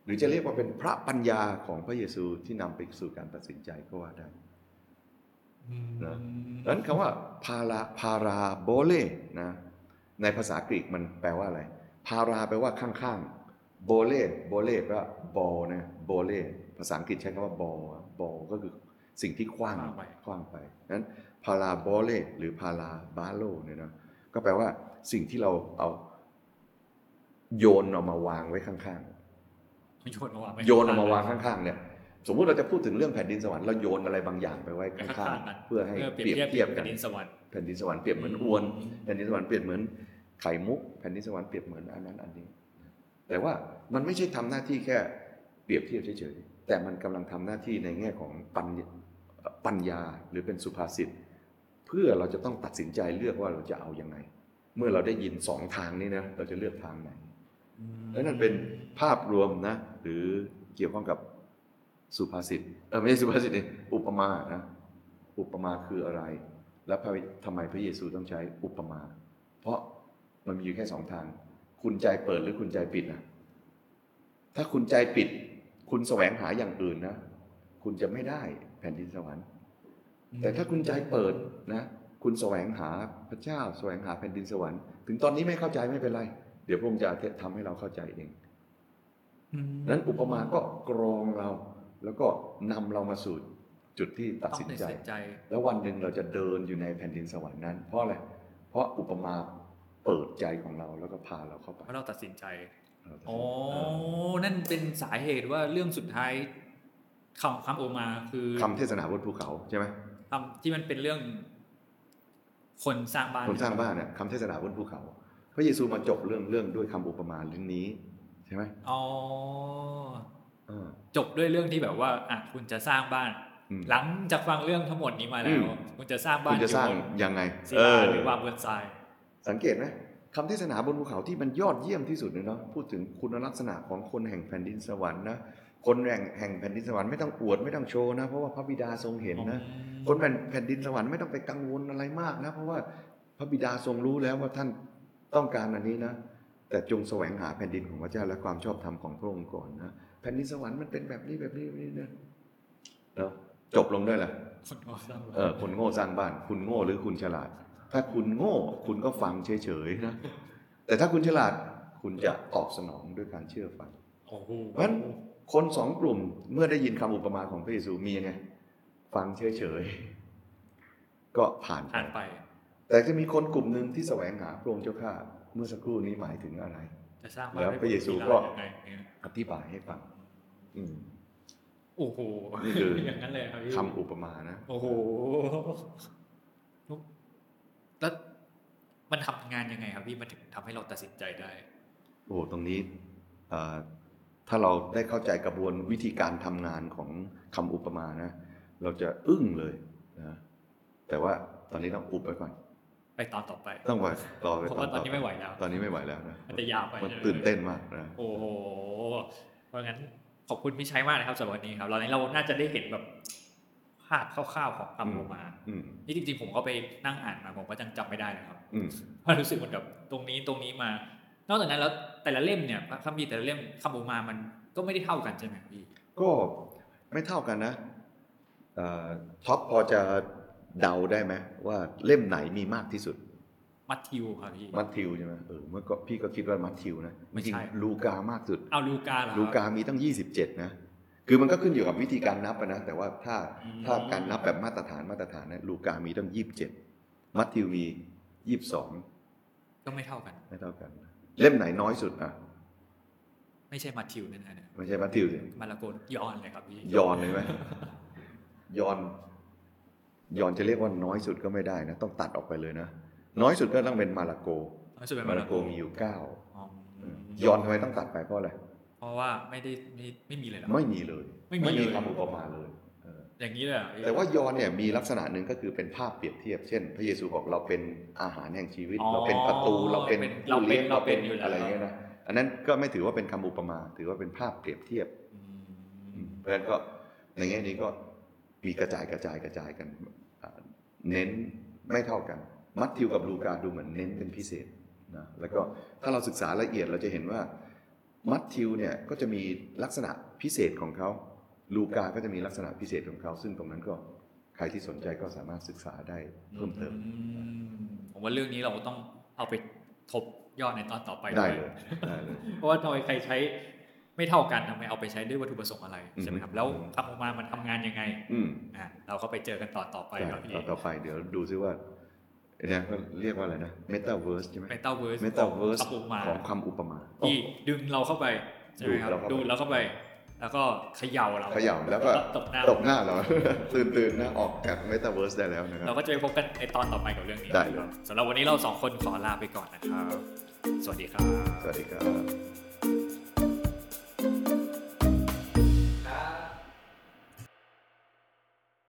C: หรือจะเรียกว่าเป็นพระปัญญาของพระเยซูที่นำไปสู่การตัดสินใจก็ว่าได้
B: อืม
C: นะ ดังนั้นคำว่าพาราพาราโบเลนะในภาษากรีกมันแปลว่าอะไร พาราแปลว่าข้างๆโบเลโบเลแปลว่าบอลนะโบเลภาษาอังกฤษใช้คำว่าบอลบอลก็คือสิ่งที่คว้างคว้างไปนั้นพาราโบเลหรือพาราบาโลเนี่ยนะก็แปลว่าสิ่งที่เราเอาโยนเอามาวางไว้ข้างๆ
B: โยนมาวางไว้
C: โยนเอามาวางข้างๆเนี่ยสมมุติเราจะพูดถึงเรื่องแผ่นดินสวรรค์เราโยนอะไรบางอย่างไปไว้
B: ไว้ข้า
C: ข้าง ง
B: ๆกัน
C: ๆ เพื่อให้
B: เป
C: เป
B: รีย
C: รี
B: บ
C: ย
B: บ เที
C: เที
B: ย
C: ย
B: บบ กั
C: กับ น
B: ดินสวรรค์
C: แผ่นดินสวรรค์เปรียบเหมือนอวนแผ่นดินสวรรค์เปรียบเหมือนไข่มุกแผ่นดินสวรรค์เปรียบเหมือนอันนั้นอันนี้ แต่ว่ามันไม่ใช่ทำหน้าที่แค่เปรียบเทียบเฉยๆแต่มันกำลังทำหน้าที่ในแง่ของปัญญาปัญญาหรือเป็นสุภาษิตเพื่อเราจะต้องตัดสินใจเลือกว่าเราจะเอายังไง เมื่อเราได้ยินสองทางนี้นะเราจะเลือกทางไหน และนั่นเป็นภาพรวมนะ หรือเกี่ยวข้องกับสุภาษิตเออไม่ใช่สุภาษิตนี่อุปมานะ อุปมาคืออะไร และพระทำไมพระเยซูต้องใช้อุปมา เพราะมันมีอยู่แค่สองทาง คุณใจเปิดหรือคุณใจปิดนะถ้าคุณใจปิด คุณแสวงหาอย่างอื่นนะ คุณจะไม่ได้แผ่นดินสวรรค์ แต่ถ้าคุณใจเปิดนะ คุณแสวงหาพระเจ้า แสวงหาแผ่นดินสวรรค์ ถึงตอนนี้ไม่เข้าใจไม่เป็นไร เดี๋ยวพระองค์จะทำให้เราเข้าใจเอง
B: อืม
C: นั้นอุปมาก็กรองเรา แล้วก็นำเรามาสู่จุดที่ตัด
B: ต้อง
C: สิน
B: ตัด
C: ใจ
B: สินใจ
C: แล้ววันหนึ่งเราจะเดินอยู่ในแผ่นดินสวรรค์นั้น เพราะอะไร เพราะอุปมาเปิดใจของเราแล้วก็พาเราเข้าไป
B: เพราะเราตัดสินใจ
C: เราจะ
B: อ๋อ
C: เออ
B: นั่นเป็นสาเหตุว่าเรื่องสุดท้ายคำคำโอมาคือ
C: คำเทศนาบนภูเขาใช่ไหม
B: คำที่มันเป็นเรื่อง คนสร้างบ้าน
C: คนสร้างบ้านเนี่ยคำเทศนาบนภูเขา พระเยซูมาจบเรื่องเรื่องด้วยคำอุปมาเรื่องนี้ใช่ไหม
B: อ๋อ
C: เออ
B: จบด้วยเรื่องที่แบบว่าอ่ะคุณจะสร้างบ้าน
C: อืม
B: หลังจากฟังเรื่องทั้งหมดนี้มาแล้
C: อื
B: ว
C: ม
B: คุณจะสร้างบ้า
C: คุ
B: น
C: ณจะสร้างยังไง
B: ศิ
C: เอ
B: ลา
C: อ
B: หรือวางบนทราย
C: สังเกตไหมคำเทศนาบนภูเขาที่มันยอดเยี่ยมที่สุดเลยเนาะพูดถึงคุณลักษณะของคนแห่งแผ่นดินสวรรค์นะคนแห่งแห่งแผ่นดินสวรรค์ไม่ต้องอวดไม่ต้องโชว์นะเพราะว่าพระบิดาทรงเห็นนะ
B: อ๋อ
C: คนแผ่นแผ่นดินสวรรค์ไม่ต้องไปกังวลอะไรมากนะเพราะว่าพระบิดาทรงรู้แล้วว่าท่านต้องการอันนี้นะแต่จงแสวงหาแผ่นดินของพระเจ้าและความชอบธรรมของพระองค์ก่อนนะแผ่นดินสวรรค์มันเป็นแบบนี้แบบนี้แบบนี้นะเนาะจบลงด้วยแหละ
B: คนโง่สร้างบ้าน
C: เออคนโง่สร้างบ้าน คุณโง่หรือคุณฉลาด ถ้าคุณโง่คุณก็ฟังเฉยๆนะแต่ถ้าคุณฉลาดคุณจะตอบสนองด้วยการเชื่อฟัง
B: โอ้โห
C: เพราะฉะนั้นคนสองกลุ่มเมื่อได้ยินคำอุปมาของพระเยซูมียังไง ฟังเฉยๆก็ผ่านไป
B: ผ่านไป
C: แต่จะมีคนกลุ่มหนึ่งที่แสวงหาพระองค์เจ้าข้าเมื่อสักครู่นี้หมายถึงอะไร
B: จะสร้างบ้าน
C: แล้ว
B: ให้
C: พระเยซู
B: ศิลา
C: ก็
B: ยังไงเนี่ย
C: อธิบายให้ฟัง อืม
B: โอ้โห
C: นี่คือ
B: ย่างนั้นเลยครับพี่
C: คำอุปมานะ
B: โอ้โห แล้วมันทำงานยังไงครับพี่มันถึงทำให้เราตัดสินใจได้
C: โอ้โหตรงนี้เอ่อถ้าเราได้เข้าใจกระบวนวิธีการทำงานของคำอุปมานะ เราจะอึ้งเลยนะแต่ว่าตอนนี้ต้องอุบไว้ก่อน
B: ไปตอนต่อไป
C: ต้องไว้รอไป
B: เพราะ
C: ตอ
B: ว่าน ตอนนี้ไม่ไหวแล้ว
C: ตอนนี้ไม่ไหวแล้วนะ
B: มันจะยาวไป
C: มัน
B: ใช่ไหม
C: ตื่นเต้นมากนะ
B: โอ้โห เพราะงั้นขอบคุณพี่ชัยมากนะครับสำหรับวันนี้ครับเราในเราน่าจะได้เห็นแบบภาพคร่าวๆของคำโอมา
C: อืม
B: นี่จริงๆผมก็ไปนั่งอ่านมาผมก็ยังจำไม่ได้นะครับ
C: อืม
B: เพราะรู้สึกเหมือนแบบตรงนี้ตรงนี้มา น นอกจากนั้นแล้วแต่ละเล่มเนี่ยพระคัมภีร์แต่ละเล่มคำอุปมามันก็ไม่ได้เท่ากันใช่ไหมครับพี่
C: ก็ไม่เท่ากันนะเอ่อท็อปพอจะเดาได้ไหมว่าเล่มไหนมีมากที่สุด
B: มัทธิวครับพี่
C: มัทธิวใช่ไหมเออเมื่อก็พี่ก็คิดว่ามัทธิวนะ
B: ไม่ใช่
C: จริงๆลูกามากสุด
B: เอาลูกาเหรอครับ
C: ลูกามีตั้ง 27 นะ คือมันก็ขึ้นอยู่กับวิธีการนับอะนะ แต่ว่าถ้า
B: อืม
C: ถ้าการนับแบบมาตรฐานมาตรฐานนะลูกามีตั้ง 27 มัทธิวมี 22
B: ก็ไม่เท่ากัน
C: ไม่เท่ากันนะเล่มไหนน้อยสุดอ่ะ
B: ไม่ใช่มัทธิวแน่ๆเนี่ย
C: ไม่ใช่มัทธิวสิ
B: มาระโกนยอนเลยครับพี่
C: ยอนเลยไหม ยอน ยอนจะเรียกว่าน้อยสุดก็ไม่ได้นะ ต้องตัดออกไปเลยนะ น้อยสุดก็ต้องเป็นมาลาโก
B: เอาสุดเป็น
C: มา
B: มา
C: ลา
B: ระ
C: โก
B: โก
C: มีอยู่
B: อ๋อ
C: 9 ยอนทำไมต้องตัดไปเพราะอะไร
B: เพราะว่าไม่ได้ไม่ไม่มีเลยเหรอ
C: ไม่มีเลย
B: ไม่มี
C: ไม่มี
B: เลย
C: คำอุปมาเลยเออ
B: อย่างนี้เลยเหรอพี่
C: แต่ว่ายอห์นเนี่ยมีลักษณะหนึ่งก็คือเป็นภาพเปรียบเทียบ เช่น พระเยซูบอกเราเป็นอาหารแห่งชีวิต
B: อ๋อ
C: เราเป็นประตูเราเป็น
B: เรา
C: ผู้
B: เป็น
C: ลี้ยง
B: เราเป็นอยู่แล้ว
C: อะไรเงี้ยนะอันนั้นก็ไม่ถือว่าเป็นคำอุปมา ถือว่าเป็นภาพเปรียบเทียบ
B: อื
C: อื
B: ม
C: มเพราะฉะนั้นก็ในแง่นี้ก็มีกระจายกระจายกระจายกันอ่าเน้นไม่เท่ากัน มัทธิวกับลูกาดูเหมือนเน้นเป็นพิเศษนะแล้วก็ถ้าเราศึกษาละเอียดเราจะเห็นว่า มัทธิวเนี่ยก็จะมีลักษณะพิเศษของเขา ลูกาก็จะมีลักษณะพิเศษของเขา ซึ่งตรงนั้นก็ใครที่สนใจก็สามารถศึกษาได้เพิ่มเติม
B: อืมผมว่าเรื่องนี้เราต้องเอาไปทบยอดในตอนต่อไป
C: ได้
B: ว
C: เลยได้เลย
B: เพราะว่าทำไมใครใช้ไม่เท่ากันทำไมเอาไปใช้ด้วยวัตถุประสงค์อะไรใช่ไหมครับ
C: อืม
B: แล้วคำออกมามันทำงานยังไง
C: อืม
B: อ่ะเราก็ไปเจอกันต่อต่อไป
C: ได้
B: ครับพี่
C: ต่อต่อไปเดี๋ยวดูซิว่าเนี่ยเขาเรียกว่าอะไรนะเมตาเวิร์สใช่ไหม
B: เมตาเวิร์ส
C: เมตาเวิร์ส
B: คำออกมา
C: ของคำอุปมา
B: ที่ดึงเราเข้าไปใช่ไหมครับ
C: ดู
B: ดู
C: ด
B: ด
C: เรา
B: เรา
C: เข้า
B: เข้า
C: ไป
B: ไป แล้วก็เขย่าเรา
C: เขย่าแล้วก็
B: ตบหน้า
C: ตบหน้า เหรอ ตื่นตื่นๆนะออกจากเมตาเวิร์สได้แล้วนะครั
B: เรา
C: บ
B: ก็จะไปพบกันในตอนต่อไปกับเรื่องนี้
C: ได้เลย
B: สำหรับวันนี้เราสองคนขอลาไปก่อนนะครับ สวัสดีครับ
C: สวัสดีครับ